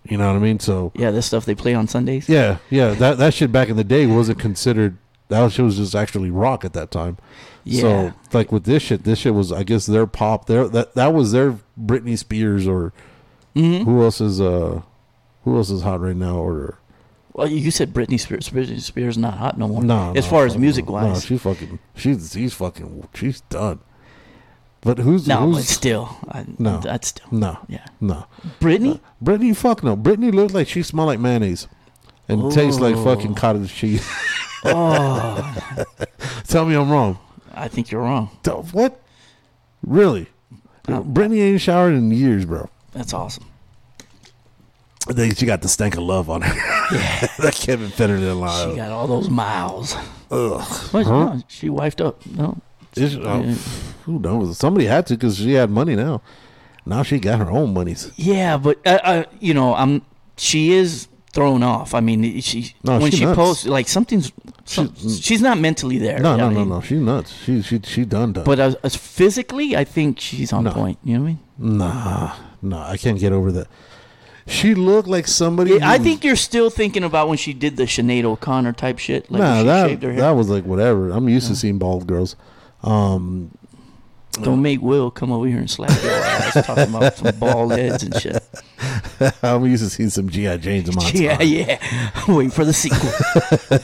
[SPEAKER 2] You know what I mean? So
[SPEAKER 3] Yeah, the stuff they play on Sundays.
[SPEAKER 2] yeah, yeah, that that shit back in the day wasn't considered that shit was just actually rock at that time.
[SPEAKER 3] Yeah.
[SPEAKER 2] So like with this shit, this shit was I guess their pop their that that was their Britney Spears or
[SPEAKER 3] Mm-hmm.
[SPEAKER 2] who else is uh who else is hot right now or
[SPEAKER 3] Well, you you said Britney Spears. Britney Spears not hot no more.
[SPEAKER 2] No,
[SPEAKER 3] as
[SPEAKER 2] no,
[SPEAKER 3] far as
[SPEAKER 2] fuck
[SPEAKER 3] music
[SPEAKER 2] no. no,
[SPEAKER 3] wise.
[SPEAKER 2] she fucking, she's she's fucking, she's done. But who's
[SPEAKER 3] No, but
[SPEAKER 2] who's
[SPEAKER 3] still, I,
[SPEAKER 2] No.
[SPEAKER 3] that's still
[SPEAKER 2] no,
[SPEAKER 3] yeah.
[SPEAKER 2] no.
[SPEAKER 3] Britney.
[SPEAKER 2] Brittany, fuck no. Brittany looked like she smelled like mayonnaise and tastes like fucking cottage cheese. Uh,
[SPEAKER 3] oh,
[SPEAKER 2] Tell me I'm wrong.
[SPEAKER 3] I think you're wrong.
[SPEAKER 2] The- What? Really? Brittany ain't showered in years, bro.
[SPEAKER 3] That's awesome.
[SPEAKER 2] I think she got the stank of love on her. that Kevin Federer line.
[SPEAKER 3] She got all those miles.
[SPEAKER 2] Ugh.
[SPEAKER 3] What?
[SPEAKER 2] Huh?
[SPEAKER 3] No, she wifed up. No,
[SPEAKER 2] It's- oh, who knows? Somebody had to because she had money now. Now she got her own monies.
[SPEAKER 3] yeah, but uh, uh, you know, I'm. She is thrown off. I mean, she
[SPEAKER 2] No,
[SPEAKER 3] when
[SPEAKER 2] she
[SPEAKER 3] she,
[SPEAKER 2] nuts.
[SPEAKER 3] posts like something's. Some,
[SPEAKER 2] She's-
[SPEAKER 3] she's, not mentally there.
[SPEAKER 2] No,
[SPEAKER 3] I
[SPEAKER 2] no, no,
[SPEAKER 3] mean,
[SPEAKER 2] no. She nuts. She she she done done.
[SPEAKER 3] But as, as physically, I think she's on
[SPEAKER 2] No.
[SPEAKER 3] point. You know what I mean?
[SPEAKER 2] nah, nah. I can't get over that. She looked like somebody.
[SPEAKER 3] Yeah, I
[SPEAKER 2] who-
[SPEAKER 3] think you're still thinking about when she did the Sinead O'Connor type shit. Like when
[SPEAKER 2] nah,
[SPEAKER 3] she
[SPEAKER 2] that
[SPEAKER 3] shaved her
[SPEAKER 2] that
[SPEAKER 3] hair.
[SPEAKER 2] was like whatever. I'm used to seeing bald girls. Um,
[SPEAKER 3] Don't make Will come over here and slap your ass talking about some bald heads and shit.
[SPEAKER 2] I'm used to seeing some GI Janes in my
[SPEAKER 3] yeah,
[SPEAKER 2] time.
[SPEAKER 3] yeah. Waiting for the sequel.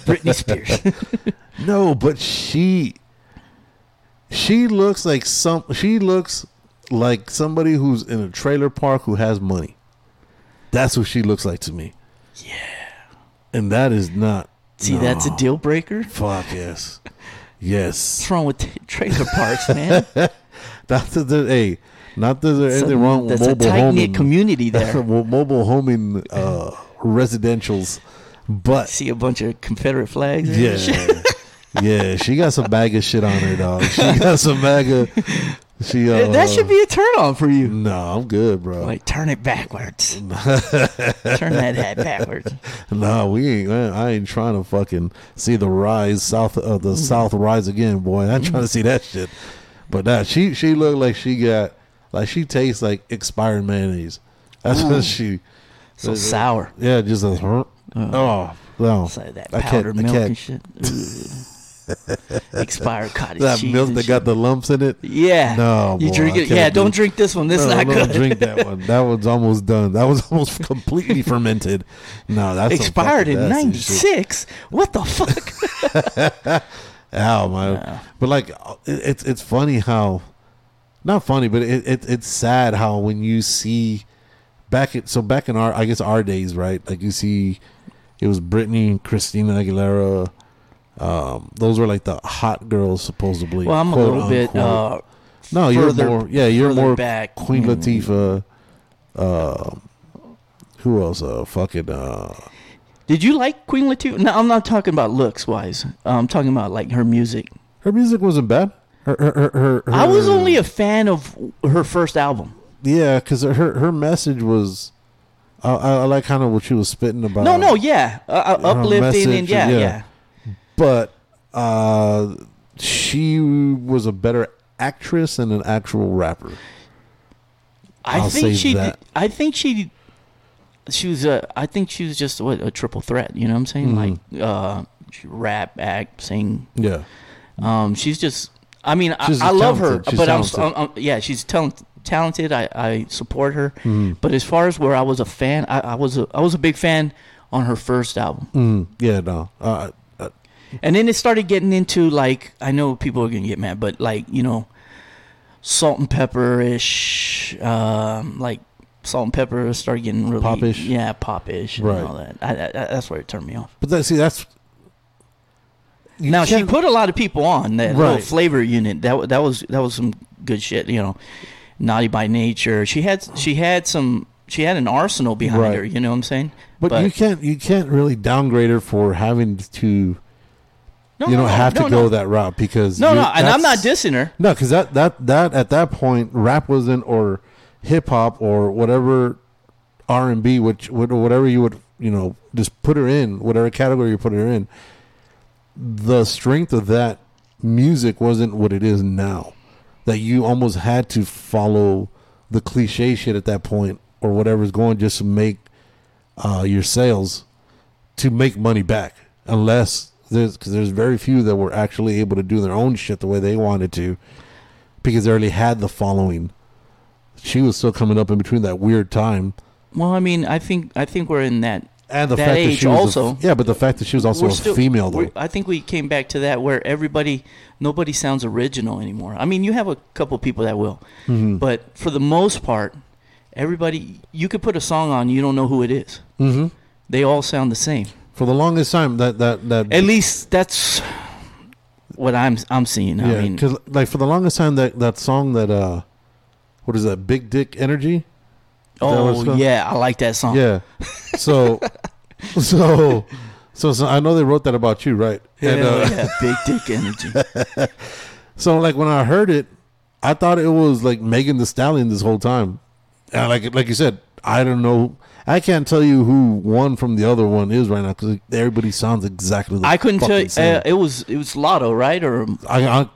[SPEAKER 3] Britney Spears.
[SPEAKER 2] No, but she she looks like some. She looks like somebody who's in a trailer park who has money. That's what she looks like to me. Yeah, and that is not.
[SPEAKER 3] See, that's a
[SPEAKER 2] no.
[SPEAKER 3] deal breaker.
[SPEAKER 2] Fuck yes, yes.
[SPEAKER 3] What's wrong with t- trailer parks, man?
[SPEAKER 2] Not that there, hey, not that there's
[SPEAKER 3] It's a-
[SPEAKER 2] anything wrong with
[SPEAKER 3] that's a
[SPEAKER 2] mobile
[SPEAKER 3] tight knit
[SPEAKER 2] homing.
[SPEAKER 3] community there.
[SPEAKER 2] well, mobile homing uh, residentials, but
[SPEAKER 3] See a bunch of Confederate flags. Yeah.
[SPEAKER 2] yeah, yeah, she got some bag of shit on her dog. She got some bag of she. Uh,
[SPEAKER 3] that should be a turn on for you.
[SPEAKER 2] No, I'm good, bro.
[SPEAKER 3] Like turn it backwards. turn that hat backwards.
[SPEAKER 2] no, we ain't. I ain't trying to fucking see the rise south of the south rise again, boy. I'm trying to see that shit. But nah, she she looked like she got like she tastes like expired mayonnaise. That's what she.
[SPEAKER 3] So sour.
[SPEAKER 2] Yeah, just a oh no.
[SPEAKER 3] It's like Uh, that
[SPEAKER 2] I can't-
[SPEAKER 3] powdered
[SPEAKER 2] I
[SPEAKER 3] milk
[SPEAKER 2] can't.
[SPEAKER 3] and shit. Ugh. Expired cottage
[SPEAKER 2] That
[SPEAKER 3] cheese.
[SPEAKER 2] milk
[SPEAKER 3] and
[SPEAKER 2] that
[SPEAKER 3] shit.
[SPEAKER 2] got the lumps in it.
[SPEAKER 3] Yeah.
[SPEAKER 2] No,
[SPEAKER 3] You
[SPEAKER 2] boy,
[SPEAKER 3] drink
[SPEAKER 2] I
[SPEAKER 3] it.
[SPEAKER 2] can't
[SPEAKER 3] Yeah,
[SPEAKER 2] do-
[SPEAKER 3] don't drink this one. This is
[SPEAKER 2] No,
[SPEAKER 3] not
[SPEAKER 2] no,
[SPEAKER 3] good.
[SPEAKER 2] drink that one. That one's almost done. That was almost completely fermented. No, that's some
[SPEAKER 3] Expired
[SPEAKER 2] fucking
[SPEAKER 3] in
[SPEAKER 2] nasty shit.
[SPEAKER 3] '96. What the fuck?
[SPEAKER 2] Ow, man. But like, it- it's it's funny how, not funny, but it, it it's sad how when you see back at so back in our I guess our days, right? Like you see, it was Britney, Christina Aguilera, Um, those were like the hot girls, supposedly.
[SPEAKER 3] Well, I'm a
[SPEAKER 2] quote,
[SPEAKER 3] little bit.
[SPEAKER 2] unquote.
[SPEAKER 3] Uh,
[SPEAKER 2] no, you're
[SPEAKER 3] further-
[SPEAKER 2] more. Yeah, you're
[SPEAKER 3] further
[SPEAKER 2] more
[SPEAKER 3] back.
[SPEAKER 2] Queen
[SPEAKER 3] Mm.
[SPEAKER 2] Latifah. Uh, who else? Uh, fucking. Uh,
[SPEAKER 3] Did you like Queen Latifah? No, I'm not talking about looks wise. Uh, I'm talking about like her music.
[SPEAKER 2] her music wasn't bad. Her, her, her, her,
[SPEAKER 3] I was
[SPEAKER 2] her-
[SPEAKER 3] only a fan of her first album.
[SPEAKER 2] Yeah, because her her message was, I I, I like kind of what she was spitting about.
[SPEAKER 3] no, no, yeah, uh, uh,
[SPEAKER 2] her
[SPEAKER 3] uplifting and
[SPEAKER 2] message,
[SPEAKER 3] yeah,
[SPEAKER 2] yeah.
[SPEAKER 3] yeah,
[SPEAKER 2] but uh, she was a better actress and an actual rapper.
[SPEAKER 3] I
[SPEAKER 2] I'll say
[SPEAKER 3] think she.
[SPEAKER 2] that.
[SPEAKER 3] Did, I think she. She was a. I think she was just what a triple threat. You know what I'm saying?
[SPEAKER 2] Mm-hmm.
[SPEAKER 3] Like, uh, she rap, act, sing.
[SPEAKER 2] Yeah,
[SPEAKER 3] Um, she's just. I mean, I,
[SPEAKER 2] She's
[SPEAKER 3] I love her,
[SPEAKER 2] talented. She's
[SPEAKER 3] but I'm,
[SPEAKER 2] talented.
[SPEAKER 3] I'm, I'm- Yeah, she's talent, talented. I, I support her.
[SPEAKER 2] Mm-hmm.
[SPEAKER 3] But as far as where I was a fan, I, I was a, I was a big fan on her first album.
[SPEAKER 2] mm, yeah, no, uh, uh,
[SPEAKER 3] And then it started getting into like I know people are gonna get mad, but like you know, salt and pepper ish, um, like salt and pepper started getting really
[SPEAKER 2] Pop-ish?
[SPEAKER 3] yeah, popish,
[SPEAKER 2] Right.
[SPEAKER 3] and all that. I, I, that's where it turned me off.
[SPEAKER 2] but that, see, that's you
[SPEAKER 3] now she
[SPEAKER 2] can't-
[SPEAKER 3] put a lot of people on that little
[SPEAKER 2] Right.
[SPEAKER 3] flavor unit. That wa- that was that was some good shit. You know, naughty by nature. She had she had some she had an arsenal behind
[SPEAKER 2] Right.
[SPEAKER 3] her. You know what I'm saying?
[SPEAKER 2] but, you can't you can't really downgrade her for having to
[SPEAKER 3] no,
[SPEAKER 2] you
[SPEAKER 3] no,
[SPEAKER 2] don't
[SPEAKER 3] no,
[SPEAKER 2] have to
[SPEAKER 3] no,
[SPEAKER 2] go
[SPEAKER 3] no.
[SPEAKER 2] that route because
[SPEAKER 3] No,
[SPEAKER 2] you-
[SPEAKER 3] no, and I'm not
[SPEAKER 2] that's-
[SPEAKER 3] dissing her.
[SPEAKER 2] No, because that that that at that point, rap wasn't or hip hop or whatever R and B, which what- whatever you would you know just put her in, whatever category you put her in. The strength of that music wasn't what it is now. That you almost had to follow the cliche shit at that point or whatever's going just to make uh, your sales to make money back unless there's because there's very few that were actually able to do their own shit the way they wanted to because they already had the following she was still coming up in between that weird time
[SPEAKER 3] Well, I mean, I think I think we're in that
[SPEAKER 2] and the
[SPEAKER 3] That
[SPEAKER 2] fact that
[SPEAKER 3] age
[SPEAKER 2] she was a-
[SPEAKER 3] also.
[SPEAKER 2] yeah but the fact that she was also a female
[SPEAKER 3] we're-
[SPEAKER 2] though
[SPEAKER 3] I think we came back to that where everybody, nobody sounds original anymore. I mean, you have a couple people that will,
[SPEAKER 2] Mm-hmm.
[SPEAKER 3] but for the most part, everybody, you could put a song on, you don't know who it is.
[SPEAKER 2] Mhm.
[SPEAKER 3] They all sound the same.
[SPEAKER 2] for the longest time that that that
[SPEAKER 3] At least that's what I'm I'm seeing. I
[SPEAKER 2] yeah
[SPEAKER 3] mean,
[SPEAKER 2] because like for the longest time that that song that uh what is that big dick energy what it's
[SPEAKER 3] oh
[SPEAKER 2] called?
[SPEAKER 3] yeah, I like that song.
[SPEAKER 2] Yeah. So, so, so, so I know they wrote that about you, right? And,
[SPEAKER 3] Hell
[SPEAKER 2] uh,
[SPEAKER 3] yeah, big dick energy.
[SPEAKER 2] so, like when I heard it, I thought it was like Megan the Stallion this whole time. And like, like you said, I don't know. I can't tell you who one from the other one is right now because everybody sounds exactly. the
[SPEAKER 3] I couldn't tell.
[SPEAKER 2] fucking same.
[SPEAKER 3] Uh, it was it was Lotto, right? Or
[SPEAKER 2] I, I,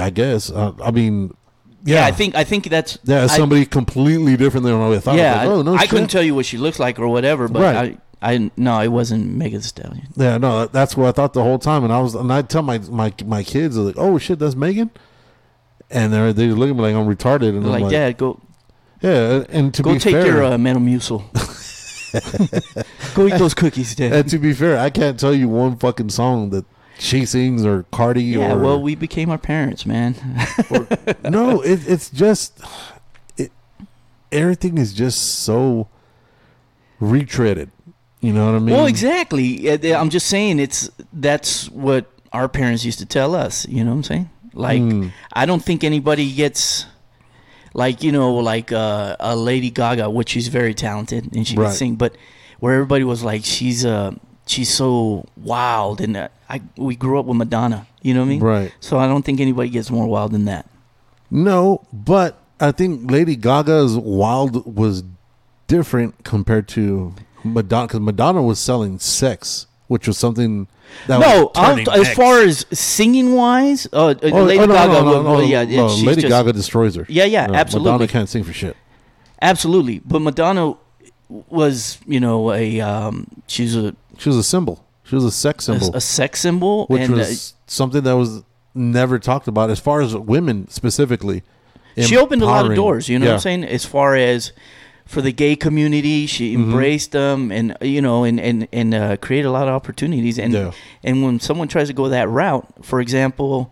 [SPEAKER 2] I guess. I, I mean, yeah,
[SPEAKER 3] yeah. I think I think that's
[SPEAKER 2] yeah,
[SPEAKER 3] I-
[SPEAKER 2] somebody completely different than what I thought.
[SPEAKER 3] yeah,
[SPEAKER 2] Like, oh, no
[SPEAKER 3] I
[SPEAKER 2] shit.
[SPEAKER 3] couldn't tell you what she looks like or whatever, but
[SPEAKER 2] Right.
[SPEAKER 3] I, I, no, it wasn't Megan Thee Stallion.
[SPEAKER 2] Yeah, no, that's what I thought the whole time, and I was, and I tell my my my kids, they're like, "Oh shit, that's Megan," and they're they look at me like I'm retarded, and I'm
[SPEAKER 3] Like,
[SPEAKER 2] like,
[SPEAKER 3] Dad, go
[SPEAKER 2] yeah, and to
[SPEAKER 3] go
[SPEAKER 2] be
[SPEAKER 3] take
[SPEAKER 2] fair,
[SPEAKER 3] your uh, Metamucil. go eat those cookies, Dad.
[SPEAKER 2] and to be fair, I can't tell you one fucking song that she sings or Cardi
[SPEAKER 3] yeah,
[SPEAKER 2] or
[SPEAKER 3] well, we became our parents, man.
[SPEAKER 2] no, it, it's just it, everything is just so retreaded. You know what I mean?
[SPEAKER 3] well, exactly. Uh, th- I'm just saying it's that's what our parents used to tell us. You know what I'm saying? Like,
[SPEAKER 2] Mm.
[SPEAKER 3] I don't think anybody gets. Like you know, like uh, a Lady Gaga, which she's very talented and she
[SPEAKER 2] Right.
[SPEAKER 3] can sing, but where everybody was like, she's uh, she's so wild, and uh, I we grew up with Madonna, you know what I mean?
[SPEAKER 2] Right.
[SPEAKER 3] So I don't think anybody gets more wild than that.
[SPEAKER 2] No, but I think Lady Gaga's Wild was different compared to Madonna because Madonna was selling sex, which was something that
[SPEAKER 3] no,
[SPEAKER 2] was
[SPEAKER 3] I'm,
[SPEAKER 2] turning
[SPEAKER 3] as
[SPEAKER 2] X.
[SPEAKER 3] far as singing wise, uh, uh,
[SPEAKER 2] Oh,
[SPEAKER 3] Lady
[SPEAKER 2] oh, no,
[SPEAKER 3] Gaga,
[SPEAKER 2] no, no,
[SPEAKER 3] well,
[SPEAKER 2] no,
[SPEAKER 3] well,
[SPEAKER 2] no,
[SPEAKER 3] yeah, yeah,
[SPEAKER 2] no,
[SPEAKER 3] she's
[SPEAKER 2] Lady
[SPEAKER 3] just-
[SPEAKER 2] Gaga destroys her.
[SPEAKER 3] Yeah, yeah,
[SPEAKER 2] No, Madonna
[SPEAKER 3] absolutely.
[SPEAKER 2] can't sing for shit.
[SPEAKER 3] Absolutely, but Madonna was, you know, a um, she's a,
[SPEAKER 2] She was a symbol. She was a sex
[SPEAKER 3] a,
[SPEAKER 2] symbol,
[SPEAKER 3] a sex symbol,
[SPEAKER 2] which
[SPEAKER 3] and uh,
[SPEAKER 2] was something that was never talked about as far as women specifically.
[SPEAKER 3] she opened a lot of
[SPEAKER 2] empowering.
[SPEAKER 3] doors. You know what
[SPEAKER 2] Yeah.
[SPEAKER 3] I'm saying? As far as for the gay community, she
[SPEAKER 2] Mm-hmm.
[SPEAKER 3] embraced them, and uh, you know, and and and uh, created a lot of opportunities. And
[SPEAKER 2] Yeah.
[SPEAKER 3] and when someone tries to go that route, for example,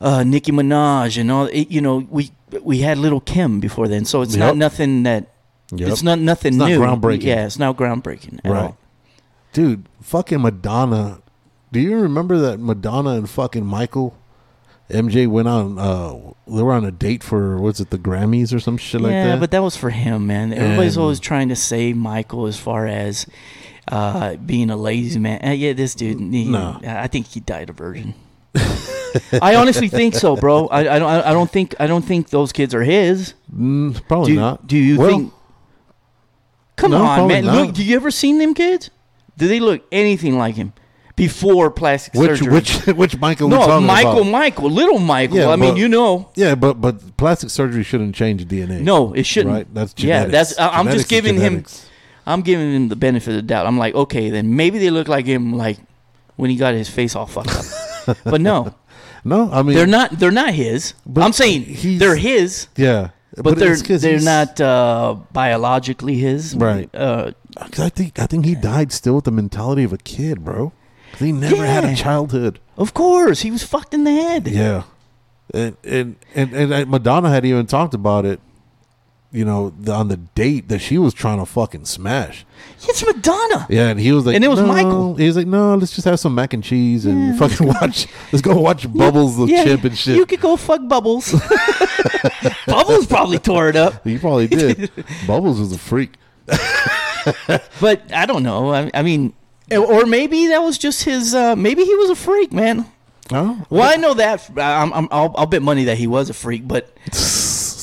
[SPEAKER 3] uh, Nicki Minaj and all, it, you know, we we had Little Kim before then, so it's
[SPEAKER 2] Yep.
[SPEAKER 3] not nothing that
[SPEAKER 2] Yep.
[SPEAKER 3] it's not nothing
[SPEAKER 2] It's not
[SPEAKER 3] new,
[SPEAKER 2] groundbreaking.
[SPEAKER 3] Yeah, it's not groundbreaking at
[SPEAKER 2] Right.
[SPEAKER 3] all.
[SPEAKER 2] Dude, fucking Madonna Do you remember that Madonna and fucking Michael? MJ went on. Uh, they were on a date for was it the Grammys or some shit like
[SPEAKER 3] yeah,
[SPEAKER 2] that?
[SPEAKER 3] but that was for him, man. Everybody's
[SPEAKER 2] And-
[SPEAKER 3] always trying to save Michael as far as uh, being a lazy man. Uh, yeah, this dude, he,
[SPEAKER 2] No.
[SPEAKER 3] I think he died a virgin. I honestly think so, bro. I, I don't. I don't think. I don't think those kids are his.
[SPEAKER 2] Mm, probably
[SPEAKER 3] do,
[SPEAKER 2] not.
[SPEAKER 3] Do you
[SPEAKER 2] Well,
[SPEAKER 3] think? Come
[SPEAKER 2] no,
[SPEAKER 3] on,
[SPEAKER 2] probably
[SPEAKER 3] man.
[SPEAKER 2] not.
[SPEAKER 3] Look, do you ever seen them kids? Do they look anything like him before plastic
[SPEAKER 2] which
[SPEAKER 3] surgery?
[SPEAKER 2] which which Michael? we
[SPEAKER 3] no,
[SPEAKER 2] talking
[SPEAKER 3] Michael,
[SPEAKER 2] about?
[SPEAKER 3] Michael, little Michael.
[SPEAKER 2] Yeah,
[SPEAKER 3] I mean,
[SPEAKER 2] but-
[SPEAKER 3] you know.
[SPEAKER 2] Yeah, but but plastic surgery shouldn't change DNA.
[SPEAKER 3] No, it shouldn't.
[SPEAKER 2] Right? That's
[SPEAKER 3] yeah. That's
[SPEAKER 2] genetics.
[SPEAKER 3] I, I'm
[SPEAKER 2] Genetics
[SPEAKER 3] just
[SPEAKER 2] is
[SPEAKER 3] giving him.
[SPEAKER 2] genetics.
[SPEAKER 3] I'm giving him the benefit of the doubt. I'm like, okay, then maybe they look like him, like when he got his face all fucked up. but no,
[SPEAKER 2] No, I mean
[SPEAKER 3] they're not. They're not his.
[SPEAKER 2] But
[SPEAKER 3] I'm saying
[SPEAKER 2] he's-
[SPEAKER 3] they're his,
[SPEAKER 2] Yeah,
[SPEAKER 3] but, they're
[SPEAKER 2] it's 'cause
[SPEAKER 3] they're
[SPEAKER 2] he's-
[SPEAKER 3] not uh, biologically his.
[SPEAKER 2] Right.
[SPEAKER 3] Uh,
[SPEAKER 2] 'cause I think I think he died still with the mentality of a kid, bro. 'Cause He never had
[SPEAKER 3] Yeah.
[SPEAKER 2] a childhood.
[SPEAKER 3] of course, he was fucked in the head.
[SPEAKER 2] Yeah, and and and, and uh, Madonna had even talked about it. You know, the, on the date that she was trying to fucking smash.
[SPEAKER 3] It's Madonna.
[SPEAKER 2] Yeah, and he was like,
[SPEAKER 3] And it was
[SPEAKER 2] "No."
[SPEAKER 3] Michael.
[SPEAKER 2] He was like, no, let's just have some mac and cheese and
[SPEAKER 3] Yeah,
[SPEAKER 2] fucking watch. Let's go watch Bubbles the
[SPEAKER 3] Yeah,
[SPEAKER 2] Chip and shit.
[SPEAKER 3] You could go fuck Bubbles. Bubbles probably tore it up.
[SPEAKER 2] he probably did. Bubbles was a freak.
[SPEAKER 3] But I don't know. I, I mean, or maybe that was just his. Uh, maybe he was a freak, man.
[SPEAKER 2] Oh,
[SPEAKER 3] Well, I know that. I- I'm, I'm, I'll, I'll bet money that he was a freak, but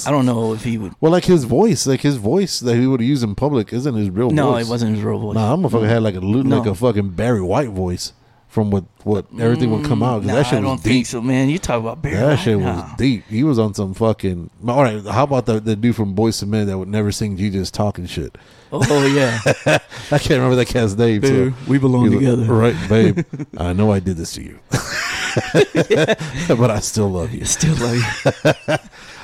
[SPEAKER 3] I don't know if he would.
[SPEAKER 2] Well, like his voice, like his voice that he would use in public isn't his real
[SPEAKER 3] No,
[SPEAKER 2] voice.
[SPEAKER 3] it wasn't his real voice.
[SPEAKER 2] Nah, I'm fucking had like a lo- like
[SPEAKER 3] No.
[SPEAKER 2] a fucking Barry White voice from what what everything would come out. 'cause
[SPEAKER 3] Mm, Nah,
[SPEAKER 2] that shit
[SPEAKER 3] I don't
[SPEAKER 2] was
[SPEAKER 3] think
[SPEAKER 2] deep.
[SPEAKER 3] so, man. You talk about Barry.
[SPEAKER 2] That
[SPEAKER 3] White,
[SPEAKER 2] shit was
[SPEAKER 3] nah.
[SPEAKER 2] deep. He was on some fucking. All right, how about the, the dude from Boys to Men that would never sing? You just talking shit.
[SPEAKER 3] Oh yeah,
[SPEAKER 2] I can't remember that cat's name. too.
[SPEAKER 3] Dude, we belong
[SPEAKER 2] He's like,
[SPEAKER 3] together.
[SPEAKER 2] right, babe? I know I did this to you, but I still love you.
[SPEAKER 3] still like
[SPEAKER 2] All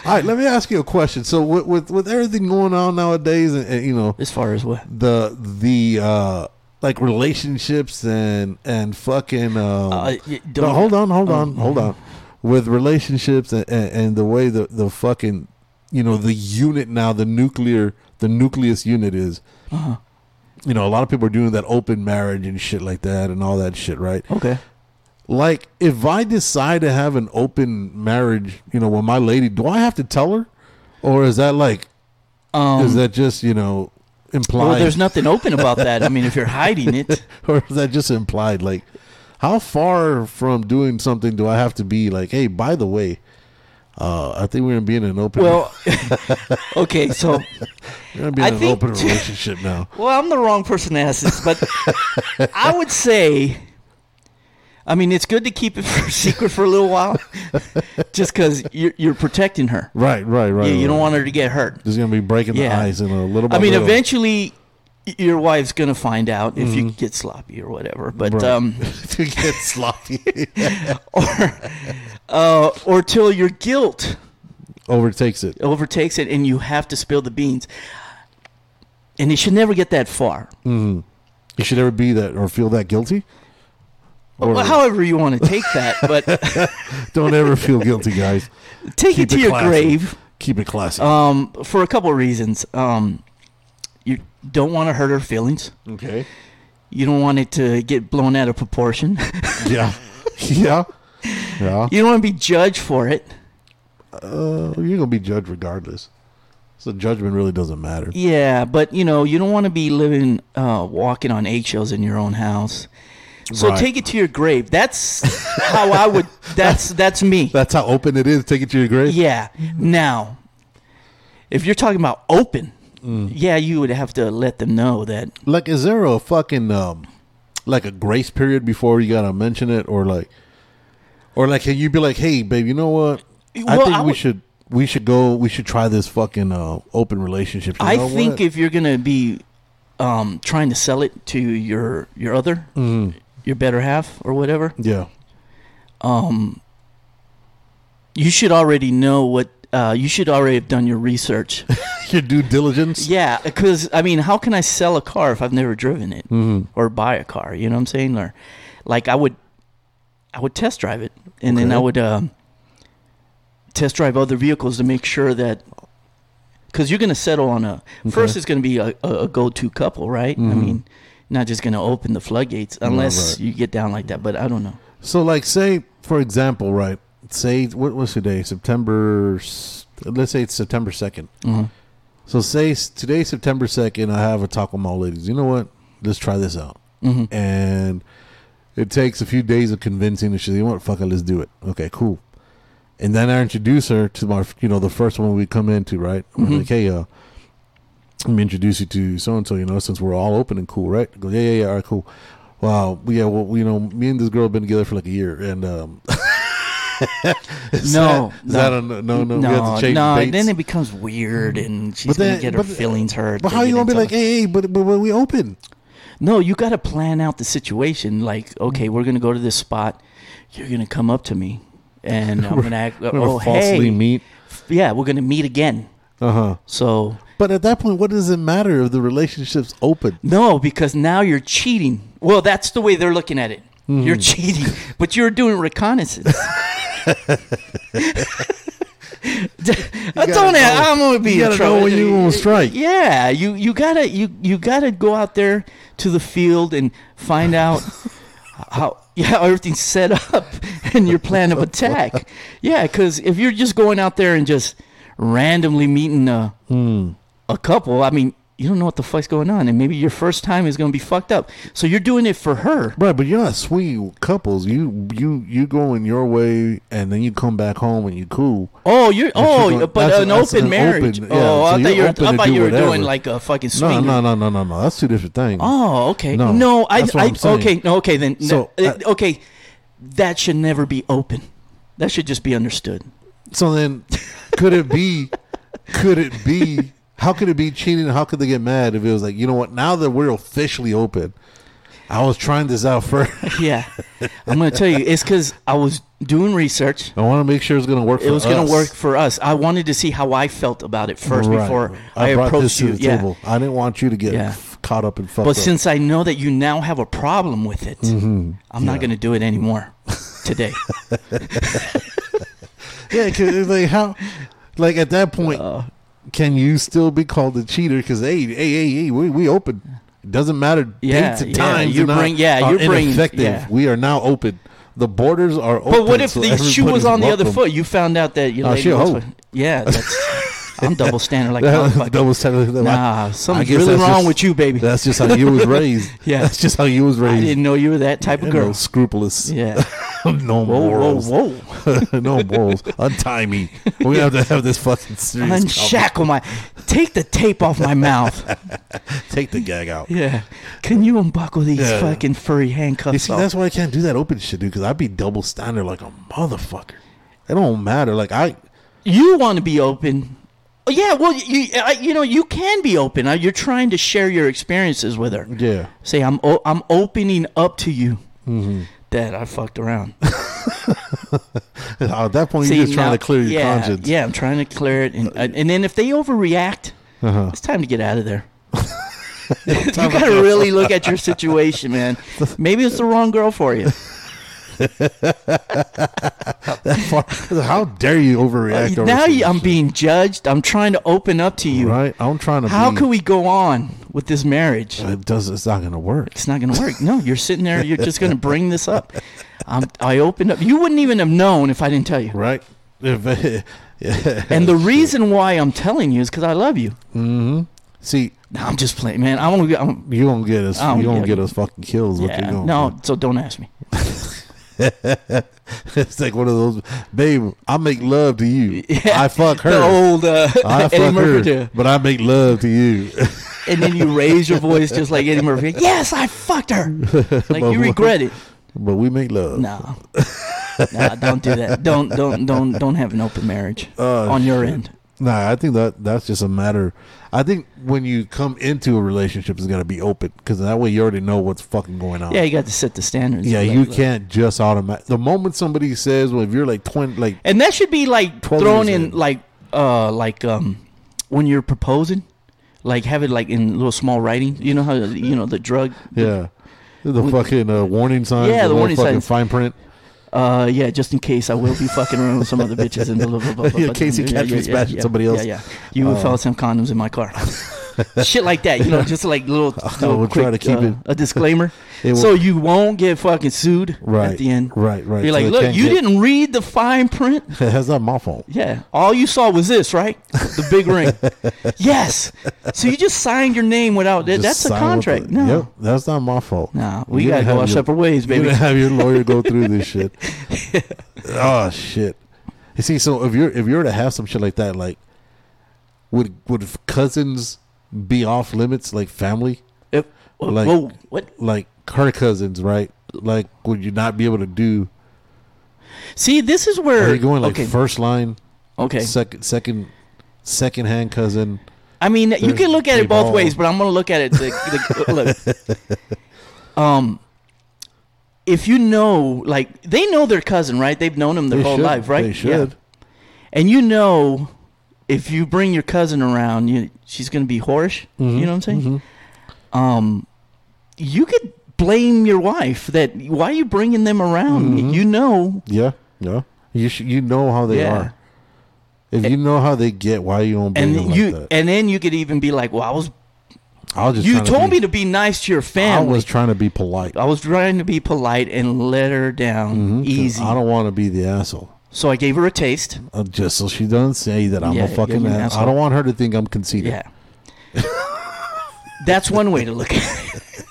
[SPEAKER 2] right, let me ask you a question. So with with, with everything going on nowadays, and, and you know,
[SPEAKER 3] as far as what?
[SPEAKER 2] the the uh like relationships and and fucking um,
[SPEAKER 3] Uh, y-
[SPEAKER 2] no,
[SPEAKER 3] don't-
[SPEAKER 2] hold on hold on
[SPEAKER 3] um,
[SPEAKER 2] hold on with relationships and, and, and the way the the fucking you know the unit now the nuclear the nucleus unit is
[SPEAKER 3] Uh-huh.
[SPEAKER 2] you know a lot of people are doing that open marriage and shit like that and all that shit right
[SPEAKER 3] Okay.
[SPEAKER 2] like if i decide to have an open marriage you know with my lady do i have to tell her or is that like
[SPEAKER 3] Um,
[SPEAKER 2] is that just you know implied
[SPEAKER 3] well, there's nothing open about that. I mean, if you're hiding it,
[SPEAKER 2] or is that just implied? Like, how far from doing something do I have to be? Like, hey, by the way, uh, I think we're gonna be in an open.
[SPEAKER 3] well, okay. So,
[SPEAKER 2] we're gonna be in
[SPEAKER 3] I
[SPEAKER 2] an
[SPEAKER 3] think-
[SPEAKER 2] open relationship now.
[SPEAKER 3] well, I'm the wrong person to ask this, but I would say, I mean, it's good to keep it for secret for a little while, just because you're, you're protecting her.
[SPEAKER 2] Right, right, right.
[SPEAKER 3] you, you don't
[SPEAKER 2] right.
[SPEAKER 3] want her to get hurt.
[SPEAKER 2] There's gonna be breaking
[SPEAKER 3] Yeah.
[SPEAKER 2] the eyes in a little. By
[SPEAKER 3] I mean,
[SPEAKER 2] little.
[SPEAKER 3] eventually, y- your wife's gonna find out if you get sloppy or whatever. But
[SPEAKER 2] Mm-hmm. Right.
[SPEAKER 3] um,
[SPEAKER 2] to get sloppy
[SPEAKER 3] or uh, or till your guilt
[SPEAKER 2] overtakes it.
[SPEAKER 3] overtakes it and you have to spill the beans. And it should never get that far.
[SPEAKER 2] You should ever be that or feel that guilty. Or
[SPEAKER 3] Well, however you want to take that, but
[SPEAKER 2] don't ever feel guilty, guys.
[SPEAKER 3] take
[SPEAKER 2] Keep
[SPEAKER 3] it to
[SPEAKER 2] it
[SPEAKER 3] your
[SPEAKER 2] classy.
[SPEAKER 3] grave.
[SPEAKER 2] Keep it classy.
[SPEAKER 3] Um, for a couple of reasons. Um, you don't want to hurt her feelings.
[SPEAKER 2] okay.
[SPEAKER 3] You don't want it to get blown out of proportion.
[SPEAKER 2] Yeah. yeah. Yeah.
[SPEAKER 3] you don't want to be judged for it.
[SPEAKER 2] Uh, you're gonna be judged regardless. So judgment really doesn't matter.
[SPEAKER 3] Yeah, but you know, you don't want to be living, uh, walking on eggshells in your own house. So
[SPEAKER 2] Right.
[SPEAKER 3] take it to your grave. That's how I would. That's that's me.
[SPEAKER 2] That's how open it is. Take it to your grave.
[SPEAKER 3] Yeah. Now, if you're talking about open,
[SPEAKER 2] Mm.
[SPEAKER 3] yeah, you would have to let them know that.
[SPEAKER 2] Like, is there a fucking um, like a grace period before you gotta mention it, or like, or like, can you be like, hey, babe, you know what? I
[SPEAKER 3] Well,
[SPEAKER 2] think
[SPEAKER 3] I
[SPEAKER 2] we
[SPEAKER 3] would-
[SPEAKER 2] should we should go. We should try this fucking uh, open relationship. You
[SPEAKER 3] I
[SPEAKER 2] know
[SPEAKER 3] think
[SPEAKER 2] what?
[SPEAKER 3] if you're gonna be um, trying to sell it to your your other,
[SPEAKER 2] Mm.
[SPEAKER 3] your better half or whatever,
[SPEAKER 2] yeah,
[SPEAKER 3] um, you should already know what. Uh, you should already have done your research.
[SPEAKER 2] your due diligence.
[SPEAKER 3] Yeah, because I mean, how can I sell a car if I've never driven it
[SPEAKER 2] Mm-hmm.
[SPEAKER 3] or buy a car? You know what I'm saying? Or like I would, I would test drive it, and then I
[SPEAKER 2] Okay.
[SPEAKER 3] would um, test drive other vehicles to make sure that because you're going to settle on a first. It's going to be a, a, a go-to couple, right? I mean, not just gonna open the floodgates unless
[SPEAKER 2] Mm-hmm. right.
[SPEAKER 3] you get down like that. But I don't know.
[SPEAKER 2] So, like, say for example, right? Say what was today? September. s- Let's say it's September 2nd
[SPEAKER 3] Mhm.
[SPEAKER 2] So say s- today, September second, I have a taco mall ladies. You know what? Let's try this out.
[SPEAKER 3] Mhm.
[SPEAKER 2] And it takes a few days of convincing and she's You know what? Fuck it. Let's do it. Okay, cool. And then I introduce her to my, you know, the first one we come into, right? We're like, hey, uh, let me introduce you to so and so. You know, since we're all open and cool, right? Go, yeah, yeah, yeah. All right, cool. Wow, yeah, well, you know, me and this girl have been together for like a year, and um, is
[SPEAKER 3] No,
[SPEAKER 2] that, is that a, no, no, no, we have to change
[SPEAKER 3] no,
[SPEAKER 2] dates.
[SPEAKER 3] Then it becomes weird, and she's
[SPEAKER 2] But
[SPEAKER 3] gonna
[SPEAKER 2] then-
[SPEAKER 3] get her
[SPEAKER 2] but- uh,
[SPEAKER 3] feelings hurt.
[SPEAKER 2] But
[SPEAKER 3] they
[SPEAKER 2] how you
[SPEAKER 3] get
[SPEAKER 2] gonna be
[SPEAKER 3] into-
[SPEAKER 2] like, hey, hey, but but when we open,
[SPEAKER 3] No, you got to plan out the situation. Like, okay, we're gonna go to this spot. You're gonna come up to me, and I'm gonna act.
[SPEAKER 2] We're gonna
[SPEAKER 3] oh,
[SPEAKER 2] falsely
[SPEAKER 3] hey,
[SPEAKER 2] meet.
[SPEAKER 3] yeah, we're gonna meet again.
[SPEAKER 2] Uh huh.
[SPEAKER 3] So
[SPEAKER 2] But at that point, what does it matter if the relationship's open?
[SPEAKER 3] no, because now you're cheating. Well, that's the way they're looking at it.
[SPEAKER 2] Mm-hmm.
[SPEAKER 3] You're cheating, but you're doing reconnaissance.
[SPEAKER 2] know.
[SPEAKER 3] Don't I'm gonna be
[SPEAKER 2] You
[SPEAKER 3] in
[SPEAKER 2] gotta
[SPEAKER 3] trouble.
[SPEAKER 2] know when you gonna strike.
[SPEAKER 3] Yeah, you you gotta you you gotta go out there to the field and find out how yeah how everything's set up and your plan of attack. Yeah, because if you're just going out there and just randomly meeting a
[SPEAKER 2] Hmm.
[SPEAKER 3] a couple, I mean, you don't know what the fuck's going on, and maybe your first time is gonna be fucked up. So you're doing it for her.
[SPEAKER 2] Right, but you're not swinging couples. You you you going your way, and then you come back home and you cool.
[SPEAKER 3] Oh, you're
[SPEAKER 2] you're
[SPEAKER 3] oh,
[SPEAKER 2] going-
[SPEAKER 3] but
[SPEAKER 2] that's a-
[SPEAKER 3] an
[SPEAKER 2] that's
[SPEAKER 3] open
[SPEAKER 2] an
[SPEAKER 3] marriage.
[SPEAKER 2] open- yeah,
[SPEAKER 3] oh,
[SPEAKER 2] so
[SPEAKER 3] I
[SPEAKER 2] you're
[SPEAKER 3] thought you were, I
[SPEAKER 2] open to
[SPEAKER 3] thought
[SPEAKER 2] do
[SPEAKER 3] you were
[SPEAKER 2] whatever.
[SPEAKER 3] doing like a fucking
[SPEAKER 2] No,
[SPEAKER 3] swinger.
[SPEAKER 2] no, no, no, no, no, That's two different things.
[SPEAKER 3] Oh, okay.
[SPEAKER 2] No,
[SPEAKER 3] No, I,
[SPEAKER 2] that's what
[SPEAKER 3] I
[SPEAKER 2] I'm saying.
[SPEAKER 3] okay. No, okay then.
[SPEAKER 2] So,
[SPEAKER 3] Uh,
[SPEAKER 2] uh,
[SPEAKER 3] okay, that should never be open. That should just be understood.
[SPEAKER 2] So then, could it be? could it be? How could it be cheating? How could they get mad if it was like, you know what? Now that we're officially open, I was trying this out first.
[SPEAKER 3] Yeah, I'm gonna tell you, it's because I was doing research.
[SPEAKER 2] I want to make sure it's gonna work.
[SPEAKER 3] It
[SPEAKER 2] for
[SPEAKER 3] was gonna
[SPEAKER 2] us.
[SPEAKER 3] work for us. I wanted to see how I felt about it first
[SPEAKER 2] Right.
[SPEAKER 3] before I,
[SPEAKER 2] brought
[SPEAKER 3] approached
[SPEAKER 2] this to
[SPEAKER 3] you.
[SPEAKER 2] the
[SPEAKER 3] yeah.
[SPEAKER 2] table. I didn't want you to get
[SPEAKER 3] Yeah.
[SPEAKER 2] f- caught up and fucked
[SPEAKER 3] But
[SPEAKER 2] up.
[SPEAKER 3] since I know that you now have a problem with it,
[SPEAKER 2] Mm-hmm.
[SPEAKER 3] I'm not gonna do it anymore today.
[SPEAKER 2] yeah, 'cause it's like how, like at that point,
[SPEAKER 3] Uh.
[SPEAKER 2] can you still be called a cheater? Because hey, hey, hey, hey, we we open. It doesn't matter
[SPEAKER 3] Yeah,
[SPEAKER 2] dates and
[SPEAKER 3] yeah,
[SPEAKER 2] times.
[SPEAKER 3] you
[SPEAKER 2] are not-
[SPEAKER 3] bring- yeah,
[SPEAKER 2] are
[SPEAKER 3] you bring-
[SPEAKER 2] ineffective.
[SPEAKER 3] yeah.
[SPEAKER 2] We are now open. The borders are open.
[SPEAKER 3] But what if
[SPEAKER 2] so
[SPEAKER 3] the shoe
[SPEAKER 2] everybody's
[SPEAKER 3] was on the other
[SPEAKER 2] welcome.
[SPEAKER 3] foot? You found out that your
[SPEAKER 2] Oh,
[SPEAKER 3] lady
[SPEAKER 2] she a
[SPEAKER 3] was
[SPEAKER 2] hoe.
[SPEAKER 3] with- Yeah, that's, I'm double standard like
[SPEAKER 2] Yeah,
[SPEAKER 3] motherfucker.
[SPEAKER 2] double standard.
[SPEAKER 3] Oh Nah, something's
[SPEAKER 2] guess
[SPEAKER 3] really
[SPEAKER 2] that's
[SPEAKER 3] wrong
[SPEAKER 2] just-
[SPEAKER 3] with you, baby.
[SPEAKER 2] That's just how you was raised.
[SPEAKER 3] Yeah.
[SPEAKER 2] that's just how you was
[SPEAKER 3] I
[SPEAKER 2] raised.
[SPEAKER 3] didn't know you were that type of
[SPEAKER 2] No
[SPEAKER 3] girl.
[SPEAKER 2] scrupulous.
[SPEAKER 3] Yeah.
[SPEAKER 2] no
[SPEAKER 3] Whoa, whoa,
[SPEAKER 2] morals.
[SPEAKER 3] whoa.
[SPEAKER 2] no morals. Untie me. We're gonna have to have this fucking serious.
[SPEAKER 3] Unshackle my. Take the tape off my mouth.
[SPEAKER 2] conversation. Take the gag out.
[SPEAKER 3] Yeah. Can you unbuckle these
[SPEAKER 2] Yeah.
[SPEAKER 3] fucking furry handcuffs?
[SPEAKER 2] You see,
[SPEAKER 3] off?
[SPEAKER 2] that's why I can't do that open shit, dude. Because I'd be double standard like a motherfucker. It don't matter. Like I,
[SPEAKER 3] you want to be open. Oh, Yeah, well, you I, you know you can be open. Uh, You're trying to share your experiences with her.
[SPEAKER 2] yeah.
[SPEAKER 3] Say I'm o- I'm opening up to you
[SPEAKER 2] Mm-hmm.
[SPEAKER 3] that I fucked around.
[SPEAKER 2] At that point, you're just trying
[SPEAKER 3] now-
[SPEAKER 2] to clear your
[SPEAKER 3] yeah,
[SPEAKER 2] conscience.
[SPEAKER 3] Yeah, I'm trying to clear it, and uh, and and then if they overreact,
[SPEAKER 2] Uh-huh.
[SPEAKER 3] it's time to get out of there. you gotta really look at your situation, man. Maybe it's the wrong girl for you.
[SPEAKER 2] How dare you overreact? over
[SPEAKER 3] Uh, now
[SPEAKER 2] some
[SPEAKER 3] you, I'm
[SPEAKER 2] shit,
[SPEAKER 3] being judged. I'm trying to open up to you.
[SPEAKER 2] right. I'm trying to.
[SPEAKER 3] How
[SPEAKER 2] be,
[SPEAKER 3] can we go on with this marriage?
[SPEAKER 2] It does. It's not gonna work.
[SPEAKER 3] It's not gonna work. No, you're sitting there. You're just gonna bring this up. i I opened up. You wouldn't even have known if I didn't tell you.
[SPEAKER 2] Right. If- yeah.
[SPEAKER 3] And the reason why I'm telling you is because I love you.
[SPEAKER 2] See,
[SPEAKER 3] No, I'm just playing, man. I'm gonna. I'm,
[SPEAKER 2] you don't get us.
[SPEAKER 3] Oh,
[SPEAKER 2] you don't
[SPEAKER 3] yeah.
[SPEAKER 2] get us fucking kills. What
[SPEAKER 3] Yeah,
[SPEAKER 2] you going
[SPEAKER 3] no, so don't ask me.
[SPEAKER 2] It's like one of those, babe. I make love to you.
[SPEAKER 3] Yeah.
[SPEAKER 2] I fuck her.
[SPEAKER 3] The old uh,
[SPEAKER 2] I
[SPEAKER 3] Eddie
[SPEAKER 2] fuck her,
[SPEAKER 3] Murphy, too.
[SPEAKER 2] but I make love to you.
[SPEAKER 3] and then you raise your voice just like Eddie Murphy. Yes, I fucked her. Like
[SPEAKER 2] But
[SPEAKER 3] you regret it.
[SPEAKER 2] but we make love.
[SPEAKER 3] No, no, don't do that. Don't don't don't don't have an open marriage
[SPEAKER 2] Oh,
[SPEAKER 3] on your end.
[SPEAKER 2] Nah, I think that that's just a matter. I think when you come into a relationship, it's got to be open because that way you already know what's fucking going on.
[SPEAKER 3] Yeah, you got to set the standards.
[SPEAKER 2] yeah.
[SPEAKER 3] Like,
[SPEAKER 2] you
[SPEAKER 3] look.
[SPEAKER 2] can't just automatic. The moment somebody says, "Well, if you're like twin, like
[SPEAKER 3] And that should be like
[SPEAKER 2] 12
[SPEAKER 3] thrown
[SPEAKER 2] years
[SPEAKER 3] in,
[SPEAKER 2] in.
[SPEAKER 3] like uh like um when you're proposing, like have it like in little small writing. You know how you know the drug.
[SPEAKER 2] yeah." The fucking uh, warning signs.
[SPEAKER 3] Yeah, the
[SPEAKER 2] little
[SPEAKER 3] warning
[SPEAKER 2] fucking
[SPEAKER 3] signs.
[SPEAKER 2] Fine print.
[SPEAKER 3] Uh, yeah, just in case I will be fucking around with some other bitches and blah blah blah. blah, blah
[SPEAKER 2] In case you catch me smashing somebody else. Uh,
[SPEAKER 3] Yeah, yeah. You will find some condoms in my car. shit like that. You know, just like little. little
[SPEAKER 2] we'll
[SPEAKER 3] quick,
[SPEAKER 2] try to keep
[SPEAKER 3] uh,
[SPEAKER 2] it-
[SPEAKER 3] a disclaimer,
[SPEAKER 2] It
[SPEAKER 3] so
[SPEAKER 2] will-
[SPEAKER 3] you won't get fucking sued
[SPEAKER 2] Right.
[SPEAKER 3] at the end.
[SPEAKER 2] Right, right.
[SPEAKER 3] You're
[SPEAKER 2] So
[SPEAKER 3] like,
[SPEAKER 2] they
[SPEAKER 3] look,
[SPEAKER 2] can't
[SPEAKER 3] you
[SPEAKER 2] get-
[SPEAKER 3] didn't read the fine print.
[SPEAKER 2] That's not my fault.
[SPEAKER 3] Yeah. All you saw was this, right? The big ring. Yes. So you just signed your name without that.
[SPEAKER 2] Just
[SPEAKER 3] That's a
[SPEAKER 2] sign with
[SPEAKER 3] contract.
[SPEAKER 2] it.
[SPEAKER 3] no.
[SPEAKER 2] Yep, that's not my fault.
[SPEAKER 3] Nah, we
[SPEAKER 2] You didn't
[SPEAKER 3] gotta go
[SPEAKER 2] have
[SPEAKER 3] our
[SPEAKER 2] your-
[SPEAKER 3] separate ways,
[SPEAKER 2] You
[SPEAKER 3] baby.
[SPEAKER 2] didn't have your lawyer go through this shit. oh shit! You see, so if you're if you were to have some shit like that, like would would cousins be off limits, like family,
[SPEAKER 3] If-
[SPEAKER 2] Like-
[SPEAKER 3] whoa, what?
[SPEAKER 2] like her cousins, right? Like, would you not be able to do?
[SPEAKER 3] See, this is where
[SPEAKER 2] Are you going like
[SPEAKER 3] okay,
[SPEAKER 2] first line,
[SPEAKER 3] okay.
[SPEAKER 2] second, second, second hand cousin?
[SPEAKER 3] I mean, you
[SPEAKER 2] There's-
[SPEAKER 3] can look at
[SPEAKER 2] they've
[SPEAKER 3] it both
[SPEAKER 2] all-
[SPEAKER 3] ways, but I'm gonna look at it. The, the, look, um, if you know, like they know their cousin, right? They've known him their
[SPEAKER 2] They
[SPEAKER 3] whole
[SPEAKER 2] should.
[SPEAKER 3] life, right?
[SPEAKER 2] They
[SPEAKER 3] Yeah.
[SPEAKER 2] should.
[SPEAKER 3] And you know, if you bring your cousin around, you, she's gonna be whorish.
[SPEAKER 2] Mm-hmm.
[SPEAKER 3] You know what I'm saying? Um, you could blame your wife that why are you bringing them around? You know,
[SPEAKER 2] Yeah, yeah. You sh- you know how Mm-hmm. they
[SPEAKER 3] Yeah.
[SPEAKER 2] are. If you know how they get, why you don't bring
[SPEAKER 3] and
[SPEAKER 2] them like
[SPEAKER 3] you,
[SPEAKER 2] that?
[SPEAKER 3] and then you could even be like, "Well, I was."
[SPEAKER 2] I was just
[SPEAKER 3] You
[SPEAKER 2] trying
[SPEAKER 3] told
[SPEAKER 2] be,
[SPEAKER 3] me to be nice to your
[SPEAKER 2] I
[SPEAKER 3] family.
[SPEAKER 2] was trying to be polite.
[SPEAKER 3] I was trying to be polite and let her down easy.
[SPEAKER 2] Mm-hmm. I don't want to be the asshole.
[SPEAKER 3] so I gave her a taste.
[SPEAKER 2] Uh, just so she doesn't say that I'm
[SPEAKER 3] Yeah,
[SPEAKER 2] a
[SPEAKER 3] yeah,
[SPEAKER 2] fucking
[SPEAKER 3] you're an
[SPEAKER 2] ass. I
[SPEAKER 3] asshole.
[SPEAKER 2] don't want her to think I'm conceited.
[SPEAKER 3] Yeah. That's one way to look at it.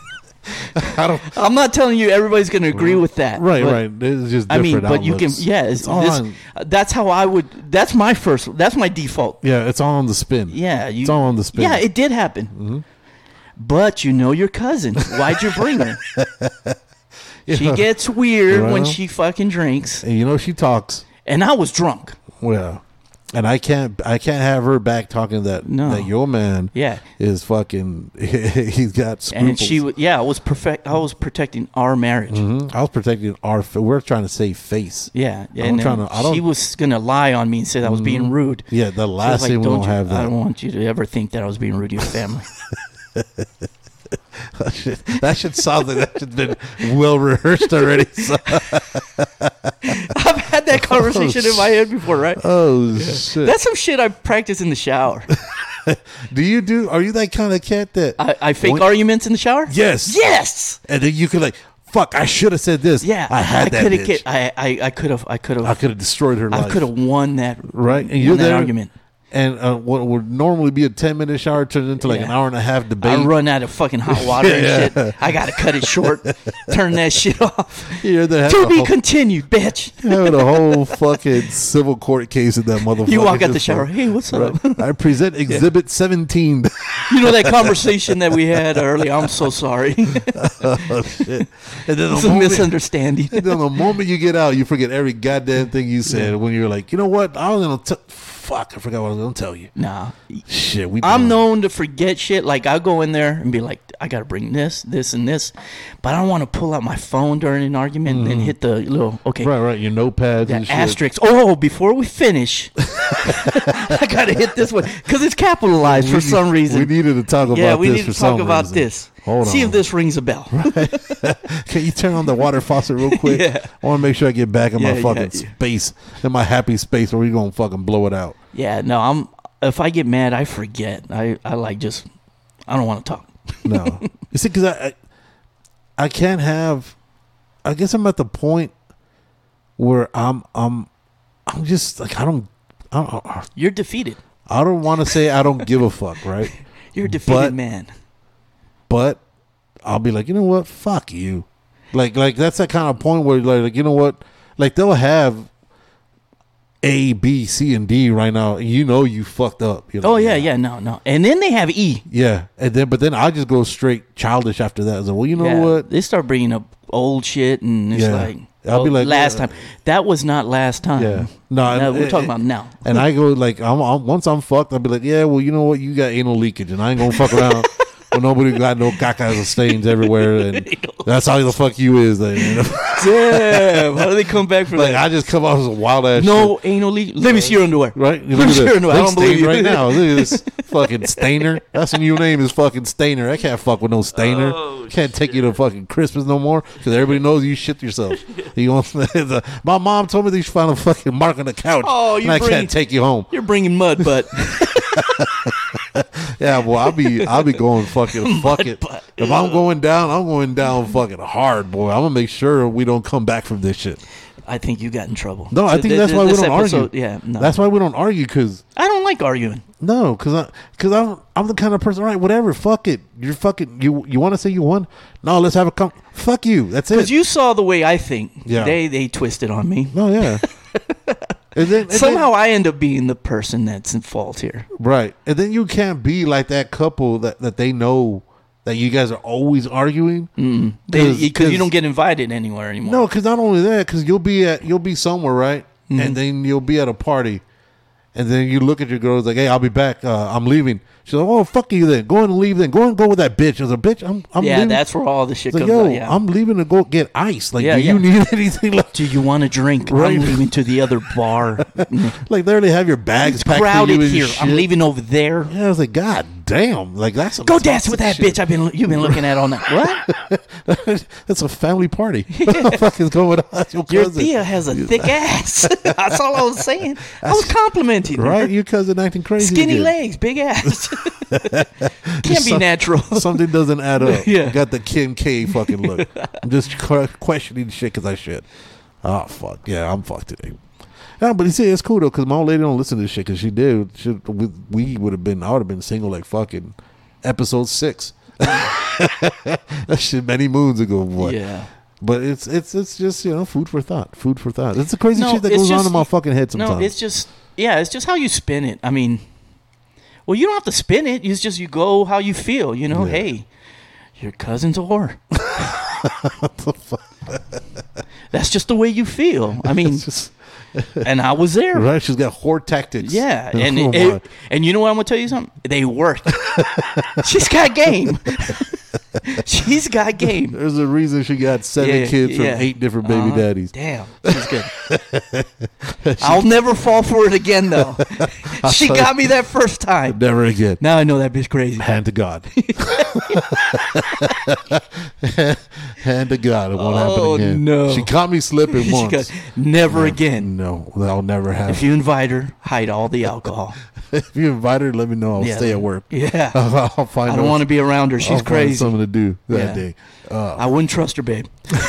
[SPEAKER 2] I don't,
[SPEAKER 3] I'm not telling you everybody's going to agree with that.
[SPEAKER 2] right,
[SPEAKER 3] but-
[SPEAKER 2] right. It's just different
[SPEAKER 3] I mean, but you can,
[SPEAKER 2] outlooks.
[SPEAKER 3] yeah. It's,
[SPEAKER 2] it's all
[SPEAKER 3] this-
[SPEAKER 2] on,
[SPEAKER 3] that's how I would. That's my first. That's my default.
[SPEAKER 2] yeah, it's all on the spin.
[SPEAKER 3] Yeah, you,
[SPEAKER 2] it's all on the spin. Mm-hmm.
[SPEAKER 3] Yeah, it did happen. But you know your cousin. Why'd you bring her? She
[SPEAKER 2] Yeah.
[SPEAKER 3] gets weird when
[SPEAKER 2] Well.
[SPEAKER 3] she fucking drinks,
[SPEAKER 2] And you know she talks.
[SPEAKER 3] and I was drunk.
[SPEAKER 2] Well, and I can't, I can't have her back talking that
[SPEAKER 3] No.
[SPEAKER 2] that your man
[SPEAKER 3] Yeah,
[SPEAKER 2] is fucking. he's got scruples.
[SPEAKER 3] and she, wa- yeah, I was perfect. I was protecting our marriage.
[SPEAKER 2] Mhm. I was protecting our. fa- We're trying to save face.
[SPEAKER 3] Yeah, yeah.
[SPEAKER 2] I'm
[SPEAKER 3] and then
[SPEAKER 2] trying to- I
[SPEAKER 3] she
[SPEAKER 2] don't- Mm-hmm.
[SPEAKER 3] was gonna lie on me and said I was being rude. She
[SPEAKER 2] Yeah, the
[SPEAKER 3] was
[SPEAKER 2] last
[SPEAKER 3] like,
[SPEAKER 2] thing we don't,
[SPEAKER 3] you,
[SPEAKER 2] have
[SPEAKER 3] I
[SPEAKER 2] that.
[SPEAKER 3] don't want you to ever think that I was being rude to your family.
[SPEAKER 2] that should sound like that should have been well rehearsed already. So-
[SPEAKER 3] I've had that conversation in my head before, right?
[SPEAKER 2] oh shit!
[SPEAKER 3] That's some shit I practice in the shower.
[SPEAKER 2] do you do? Are you that kind of cat that?
[SPEAKER 3] I, I fake
[SPEAKER 2] When-
[SPEAKER 3] arguments in the shower.
[SPEAKER 2] Yes.
[SPEAKER 3] Yes.
[SPEAKER 2] and then you could like, fuck! I should have said this.
[SPEAKER 3] Yeah.
[SPEAKER 2] I had that.
[SPEAKER 3] coulda
[SPEAKER 2] bitch.
[SPEAKER 3] get- I I I could have. I could
[SPEAKER 2] I
[SPEAKER 3] have.
[SPEAKER 2] could have destroyed her life.
[SPEAKER 3] I could have won that.
[SPEAKER 2] Right, and
[SPEAKER 3] won
[SPEAKER 2] you're
[SPEAKER 3] that
[SPEAKER 2] there.
[SPEAKER 3] argument.
[SPEAKER 2] And uh, what would normally be a ten minute shower turned into like an
[SPEAKER 3] Yeah.
[SPEAKER 2] hour and a half debate.
[SPEAKER 3] I run out of fucking hot water and
[SPEAKER 2] Yeah.
[SPEAKER 3] shit. I gotta cut it short. Turn that shit off.
[SPEAKER 2] You're there having
[SPEAKER 3] to
[SPEAKER 2] a
[SPEAKER 3] be
[SPEAKER 2] whole-
[SPEAKER 3] continued, bitch.
[SPEAKER 2] having a whole fucking civil court case in that motherfucker.
[SPEAKER 3] You walk out the
[SPEAKER 2] Just
[SPEAKER 3] shower.
[SPEAKER 2] like,
[SPEAKER 3] Hey, what's up?
[SPEAKER 2] right, I present Exhibit Seventeen.
[SPEAKER 3] You know that conversation that we had earlier. I'm so sorry. it's
[SPEAKER 2] oh shit! And then the
[SPEAKER 3] a
[SPEAKER 2] moment-
[SPEAKER 3] misunderstanding.
[SPEAKER 2] And then the moment you get out, you forget every goddamn thing you said. When you're like, you know what? I was gonna t- fuck. I forgot what I was gonna tell you.
[SPEAKER 3] Nah,
[SPEAKER 2] Shit, we.
[SPEAKER 3] I'm
[SPEAKER 2] doing-
[SPEAKER 3] known to forget shit. Like I go in there and be like, I gotta bring this, this, and this, but I don't want to pull out my phone during an argument and hit the little okay.
[SPEAKER 2] Mm-hmm. right, right. Your notepads
[SPEAKER 3] That
[SPEAKER 2] and shit.
[SPEAKER 3] asterisk. Oh, before we finish, I gotta hit this one because it's capitalized
[SPEAKER 2] We
[SPEAKER 3] for
[SPEAKER 2] need-
[SPEAKER 3] some reason.
[SPEAKER 2] we needed to talk about.
[SPEAKER 3] yeah, we
[SPEAKER 2] this
[SPEAKER 3] need
[SPEAKER 2] for
[SPEAKER 3] to
[SPEAKER 2] some
[SPEAKER 3] talk about
[SPEAKER 2] reason.
[SPEAKER 3] this.
[SPEAKER 2] Hold
[SPEAKER 3] See
[SPEAKER 2] on.
[SPEAKER 3] if this rings a bell.
[SPEAKER 2] Can you turn on the water faucet real quick?
[SPEAKER 3] Yeah.
[SPEAKER 2] I want to make sure I get back in
[SPEAKER 3] Yeah,
[SPEAKER 2] my
[SPEAKER 3] yeah,
[SPEAKER 2] fucking
[SPEAKER 3] yeah.
[SPEAKER 2] space, in my happy space, or we gonna fucking blow it out.
[SPEAKER 3] yeah, no, I'm. If I get mad, I forget. I, I like just. I don't want to talk.
[SPEAKER 2] No, you see, because I, I, I can't have. I guess I'm at the point where I'm, I'm, I'm just like I don't, I don't,
[SPEAKER 3] You're defeated.
[SPEAKER 2] I don't want to say I don't give a fuck, right?
[SPEAKER 3] You're a defeated
[SPEAKER 2] But-
[SPEAKER 3] man.
[SPEAKER 2] But I'll be like, you know what, fuck you, like, like that's that kind of point where like, like you know what, like they'll have. A, B, C, and D right now. and You know you fucked up. You're like,
[SPEAKER 3] Oh yeah, yeah, no, no. And then they have E.
[SPEAKER 2] Yeah, and then but then I just go straight childish after that. I was like, well, you know
[SPEAKER 3] yeah.
[SPEAKER 2] what?
[SPEAKER 3] They start bringing up old shit, and it's
[SPEAKER 2] Yeah.
[SPEAKER 3] like,
[SPEAKER 2] I'll
[SPEAKER 3] oh,
[SPEAKER 2] be like,
[SPEAKER 3] last
[SPEAKER 2] yeah.
[SPEAKER 3] time. That was not last time.
[SPEAKER 2] Yeah. No,
[SPEAKER 3] No,
[SPEAKER 2] and-
[SPEAKER 3] we're talking
[SPEAKER 2] and-
[SPEAKER 3] about now.
[SPEAKER 2] And I go like, I'm, I'm once I'm fucked, I'll be like, yeah, well, you know what? You got anal leakage, and I ain't gonna fuck around. when nobody got no caca and stains everywhere, and that's how the fuck you is. Like, you know?
[SPEAKER 3] Damn, how do they come back from
[SPEAKER 2] Like,
[SPEAKER 3] that?
[SPEAKER 2] I just come off as a wild ass.
[SPEAKER 3] no anal leak. Let me see your underwear.
[SPEAKER 2] shit, right? You
[SPEAKER 3] I'm
[SPEAKER 2] look at
[SPEAKER 3] sure
[SPEAKER 2] this.
[SPEAKER 3] no, I
[SPEAKER 2] They
[SPEAKER 3] don't
[SPEAKER 2] stained
[SPEAKER 3] believe you.
[SPEAKER 2] right now. Look at this fucking stainer. That's the new name is fucking stainer. I can't fuck with no stainer.
[SPEAKER 3] Oh,
[SPEAKER 2] can't take you to fucking Christmas no more because everybody knows you shit yourself. you want my mom told me that you found a fucking mark on the couch.
[SPEAKER 3] Oh, you
[SPEAKER 2] and I
[SPEAKER 3] bring-
[SPEAKER 2] can't take you home.
[SPEAKER 3] You're bringing mud, but
[SPEAKER 2] Yeah, well, I'll be I'll be going fucking fuck it.
[SPEAKER 3] butt.
[SPEAKER 2] If I'm going down, I'm going down fucking hard, boy. I'm gonna make sure we don't come back from this shit.
[SPEAKER 3] I think you got in trouble.
[SPEAKER 2] No, I
[SPEAKER 3] Th-
[SPEAKER 2] think
[SPEAKER 3] th-
[SPEAKER 2] that's
[SPEAKER 3] th-
[SPEAKER 2] why we
[SPEAKER 3] this
[SPEAKER 2] don't
[SPEAKER 3] episode-
[SPEAKER 2] argue.
[SPEAKER 3] Yeah, no.
[SPEAKER 2] that's why we don't argue because
[SPEAKER 3] I don't like arguing.
[SPEAKER 2] no, because I because I'm I'm the kind of person. All right, whatever. Fuck it. You're fucking. You you want to say you won? No, let's have a com. Fuck you. That's it.
[SPEAKER 3] Because you saw the way I think.
[SPEAKER 2] Yeah.
[SPEAKER 3] They they twisted on me.
[SPEAKER 2] no, yeah. And then, and then-
[SPEAKER 3] Somehow I end up being the person that's in fault here.
[SPEAKER 2] Right. And then you can't be like that couple that, that they know that you guys are always arguing.
[SPEAKER 3] Because Mm. you don't get invited anywhere anymore.
[SPEAKER 2] No, because not only that, because you'll be at you'll be somewhere, right?
[SPEAKER 3] Mm-hmm.
[SPEAKER 2] And then you'll be at a party, and then you look at your girl it's like, "Hey, I'll be back. Uh, I'm leaving." She's like, "Oh, fuck you then. Go and leave then. Go and go with that bitch." I was like, "Bitch, I'm I'm
[SPEAKER 3] yeah,
[SPEAKER 2] leaving."
[SPEAKER 3] that's where all the shit
[SPEAKER 2] It's like,
[SPEAKER 3] comes
[SPEAKER 2] yo,
[SPEAKER 3] out. Yeah.
[SPEAKER 2] I'm leaving to go get ice. Like,
[SPEAKER 3] Yeah,
[SPEAKER 2] do
[SPEAKER 3] yeah.
[SPEAKER 2] you need anything? Like,
[SPEAKER 3] Do you want a drink?
[SPEAKER 2] Right.
[SPEAKER 3] I'm leaving to the other bar.
[SPEAKER 2] like they already have your bags
[SPEAKER 3] it's
[SPEAKER 2] packed for
[SPEAKER 3] crowded
[SPEAKER 2] you and
[SPEAKER 3] here. I'm
[SPEAKER 2] shit.
[SPEAKER 3] leaving over there.
[SPEAKER 2] Yeah, I was like, God damn! Like that's some
[SPEAKER 3] Go dance with that
[SPEAKER 2] toxic shit.
[SPEAKER 3] bitch. I've been you've been looking at all night. What?
[SPEAKER 2] That's a family party. What the fuck is going on? Your
[SPEAKER 3] Your
[SPEAKER 2] cousin,
[SPEAKER 3] Thea has a thick ass. That's all I was saying. I was complimenting. her.
[SPEAKER 2] right? Your cousin acting crazy.
[SPEAKER 3] Skinny
[SPEAKER 2] again.
[SPEAKER 3] legs, big ass. Can't be
[SPEAKER 2] Some-
[SPEAKER 3] natural.
[SPEAKER 2] Something doesn't add up.
[SPEAKER 3] Yeah.
[SPEAKER 2] got the Kim K fucking look. I'm just que- questioning shit because I should. Oh fuck yeah, I'm fucked today. No, but you see, it's cool though because my old lady don't listen to this shit because she did. She, we we would have been, I would have been single like fucking episode six. that shit many moons ago, boy.
[SPEAKER 3] Yeah.
[SPEAKER 2] But it's it's it's just you know food for thought, food for thought. It's the crazy
[SPEAKER 3] No,
[SPEAKER 2] shit that
[SPEAKER 3] it's
[SPEAKER 2] goes on
[SPEAKER 3] just-
[SPEAKER 2] in my fucking head sometimes.
[SPEAKER 3] No, it's just yeah, it's just how you spin it. I mean, well, you don't have to spin it. It's just you go how you feel. You know,
[SPEAKER 2] Yeah.
[SPEAKER 3] hey, your cousin's a whore. That's just the way you feel. I mean,
[SPEAKER 2] It's just-
[SPEAKER 3] and I was there.
[SPEAKER 2] right? She's got whore tactics.
[SPEAKER 3] Yeah, and
[SPEAKER 2] Oh,
[SPEAKER 3] it,
[SPEAKER 2] my.
[SPEAKER 3] and you know what? I'm gonna tell you something. They work. She's got game. She's got game.
[SPEAKER 2] there's a reason she got seven
[SPEAKER 3] Yeah,
[SPEAKER 2] kids from
[SPEAKER 3] yeah.
[SPEAKER 2] eight different baby
[SPEAKER 3] Uh-huh.
[SPEAKER 2] daddies.
[SPEAKER 3] Damn, she's good. I'll never fall for it again, though. she got me that first time.
[SPEAKER 2] Never again.
[SPEAKER 3] Now I know that bitch crazy.
[SPEAKER 2] Hand to God. Hand to God. It won't
[SPEAKER 3] Oh,
[SPEAKER 2] happen again.
[SPEAKER 3] no.
[SPEAKER 2] She caught me slipping
[SPEAKER 3] She
[SPEAKER 2] once.
[SPEAKER 3] goes, never again.
[SPEAKER 2] no, that'll never
[SPEAKER 3] If
[SPEAKER 2] happen.
[SPEAKER 3] you invite her, hide all the alcohol.
[SPEAKER 2] If you invite her, let me know. I'll
[SPEAKER 3] Yeah.
[SPEAKER 2] stay at work.
[SPEAKER 3] Yeah.
[SPEAKER 2] I'll, I'll find
[SPEAKER 3] I don't
[SPEAKER 2] her-
[SPEAKER 3] want to be around her.
[SPEAKER 2] I'll
[SPEAKER 3] She's
[SPEAKER 2] find
[SPEAKER 3] crazy.
[SPEAKER 2] something to do that
[SPEAKER 3] Yeah.
[SPEAKER 2] day.
[SPEAKER 3] I wouldn't trust her, babe.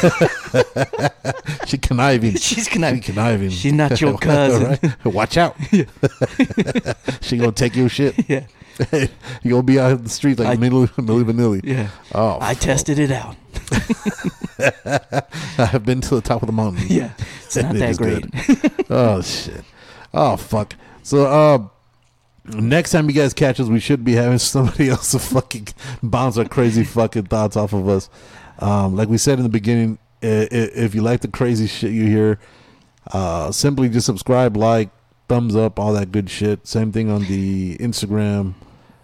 [SPEAKER 2] She conniving.
[SPEAKER 3] She's conniving.
[SPEAKER 2] She conniving.
[SPEAKER 3] She's not your cousin.
[SPEAKER 2] Right? Watch out. she gonna take your shit.
[SPEAKER 3] Yeah.
[SPEAKER 2] you gonna be out in the street like
[SPEAKER 3] I-
[SPEAKER 2] Millie, Millie Vanilli.
[SPEAKER 3] Yeah.
[SPEAKER 2] Oh,
[SPEAKER 3] I tested it out.
[SPEAKER 2] I have been to the top of the mountain.
[SPEAKER 3] Yeah. It's not
[SPEAKER 2] It
[SPEAKER 3] that
[SPEAKER 2] is
[SPEAKER 3] great.
[SPEAKER 2] good. oh shit. Oh fuck. So uh next time you guys catch us, we should be having somebody else to fucking bounce our crazy fucking thoughts off of us. Um, like we said in the beginning, i- i- if you like the crazy shit you hear, uh, simply just subscribe, like, thumbs up, all that good shit. Same thing on the Instagram.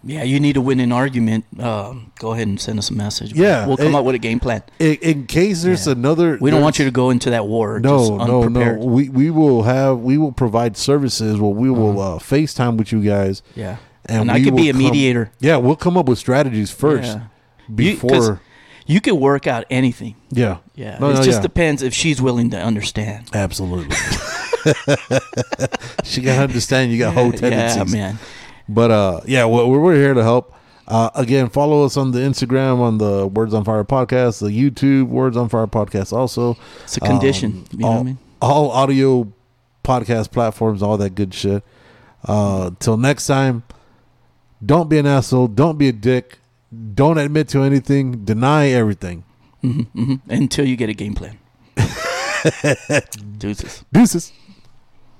[SPEAKER 3] Yeah, you need to win an argument. Um, go ahead and send us a message.
[SPEAKER 2] Yeah,
[SPEAKER 3] We'll come
[SPEAKER 2] it-
[SPEAKER 3] up with a game plan.
[SPEAKER 2] In, in case there's
[SPEAKER 3] Yeah.
[SPEAKER 2] another,
[SPEAKER 3] We don't want
[SPEAKER 2] there's-
[SPEAKER 3] you to go into that war. just
[SPEAKER 2] no, no, no.
[SPEAKER 3] unprepared.
[SPEAKER 2] We we will have we will provide services. Well,
[SPEAKER 3] Uh-huh.
[SPEAKER 2] we will uh, FaceTime with you guys.
[SPEAKER 3] Yeah. And I
[SPEAKER 2] we
[SPEAKER 3] could
[SPEAKER 2] will
[SPEAKER 3] be a
[SPEAKER 2] come-
[SPEAKER 3] mediator.
[SPEAKER 2] yeah, we'll come up with strategies first
[SPEAKER 3] Yeah. You- 'cause
[SPEAKER 2] before.
[SPEAKER 3] you could work out anything.
[SPEAKER 2] yeah,
[SPEAKER 3] Yeah.
[SPEAKER 2] No,
[SPEAKER 3] it
[SPEAKER 2] no,
[SPEAKER 3] just
[SPEAKER 2] yeah.
[SPEAKER 3] depends if she's willing to understand.
[SPEAKER 2] absolutely. she can understand you got whole Oh, tendencies,
[SPEAKER 3] Yeah, man.
[SPEAKER 2] but uh, yeah, well, we're, we're here to help. Uh, again, follow us on the Instagram on the Words on Fire podcast, the YouTube Words on Fire podcast. Also,
[SPEAKER 3] It's a condition.
[SPEAKER 2] Um,
[SPEAKER 3] you know
[SPEAKER 2] all,
[SPEAKER 3] what I mean?
[SPEAKER 2] all audio podcast platforms, all that good shit. Uh, till next time, don't be an asshole. Don't be a dick. Don't admit to anything. Deny everything.
[SPEAKER 3] Until you get a game plan. Deuces.
[SPEAKER 2] Deuces.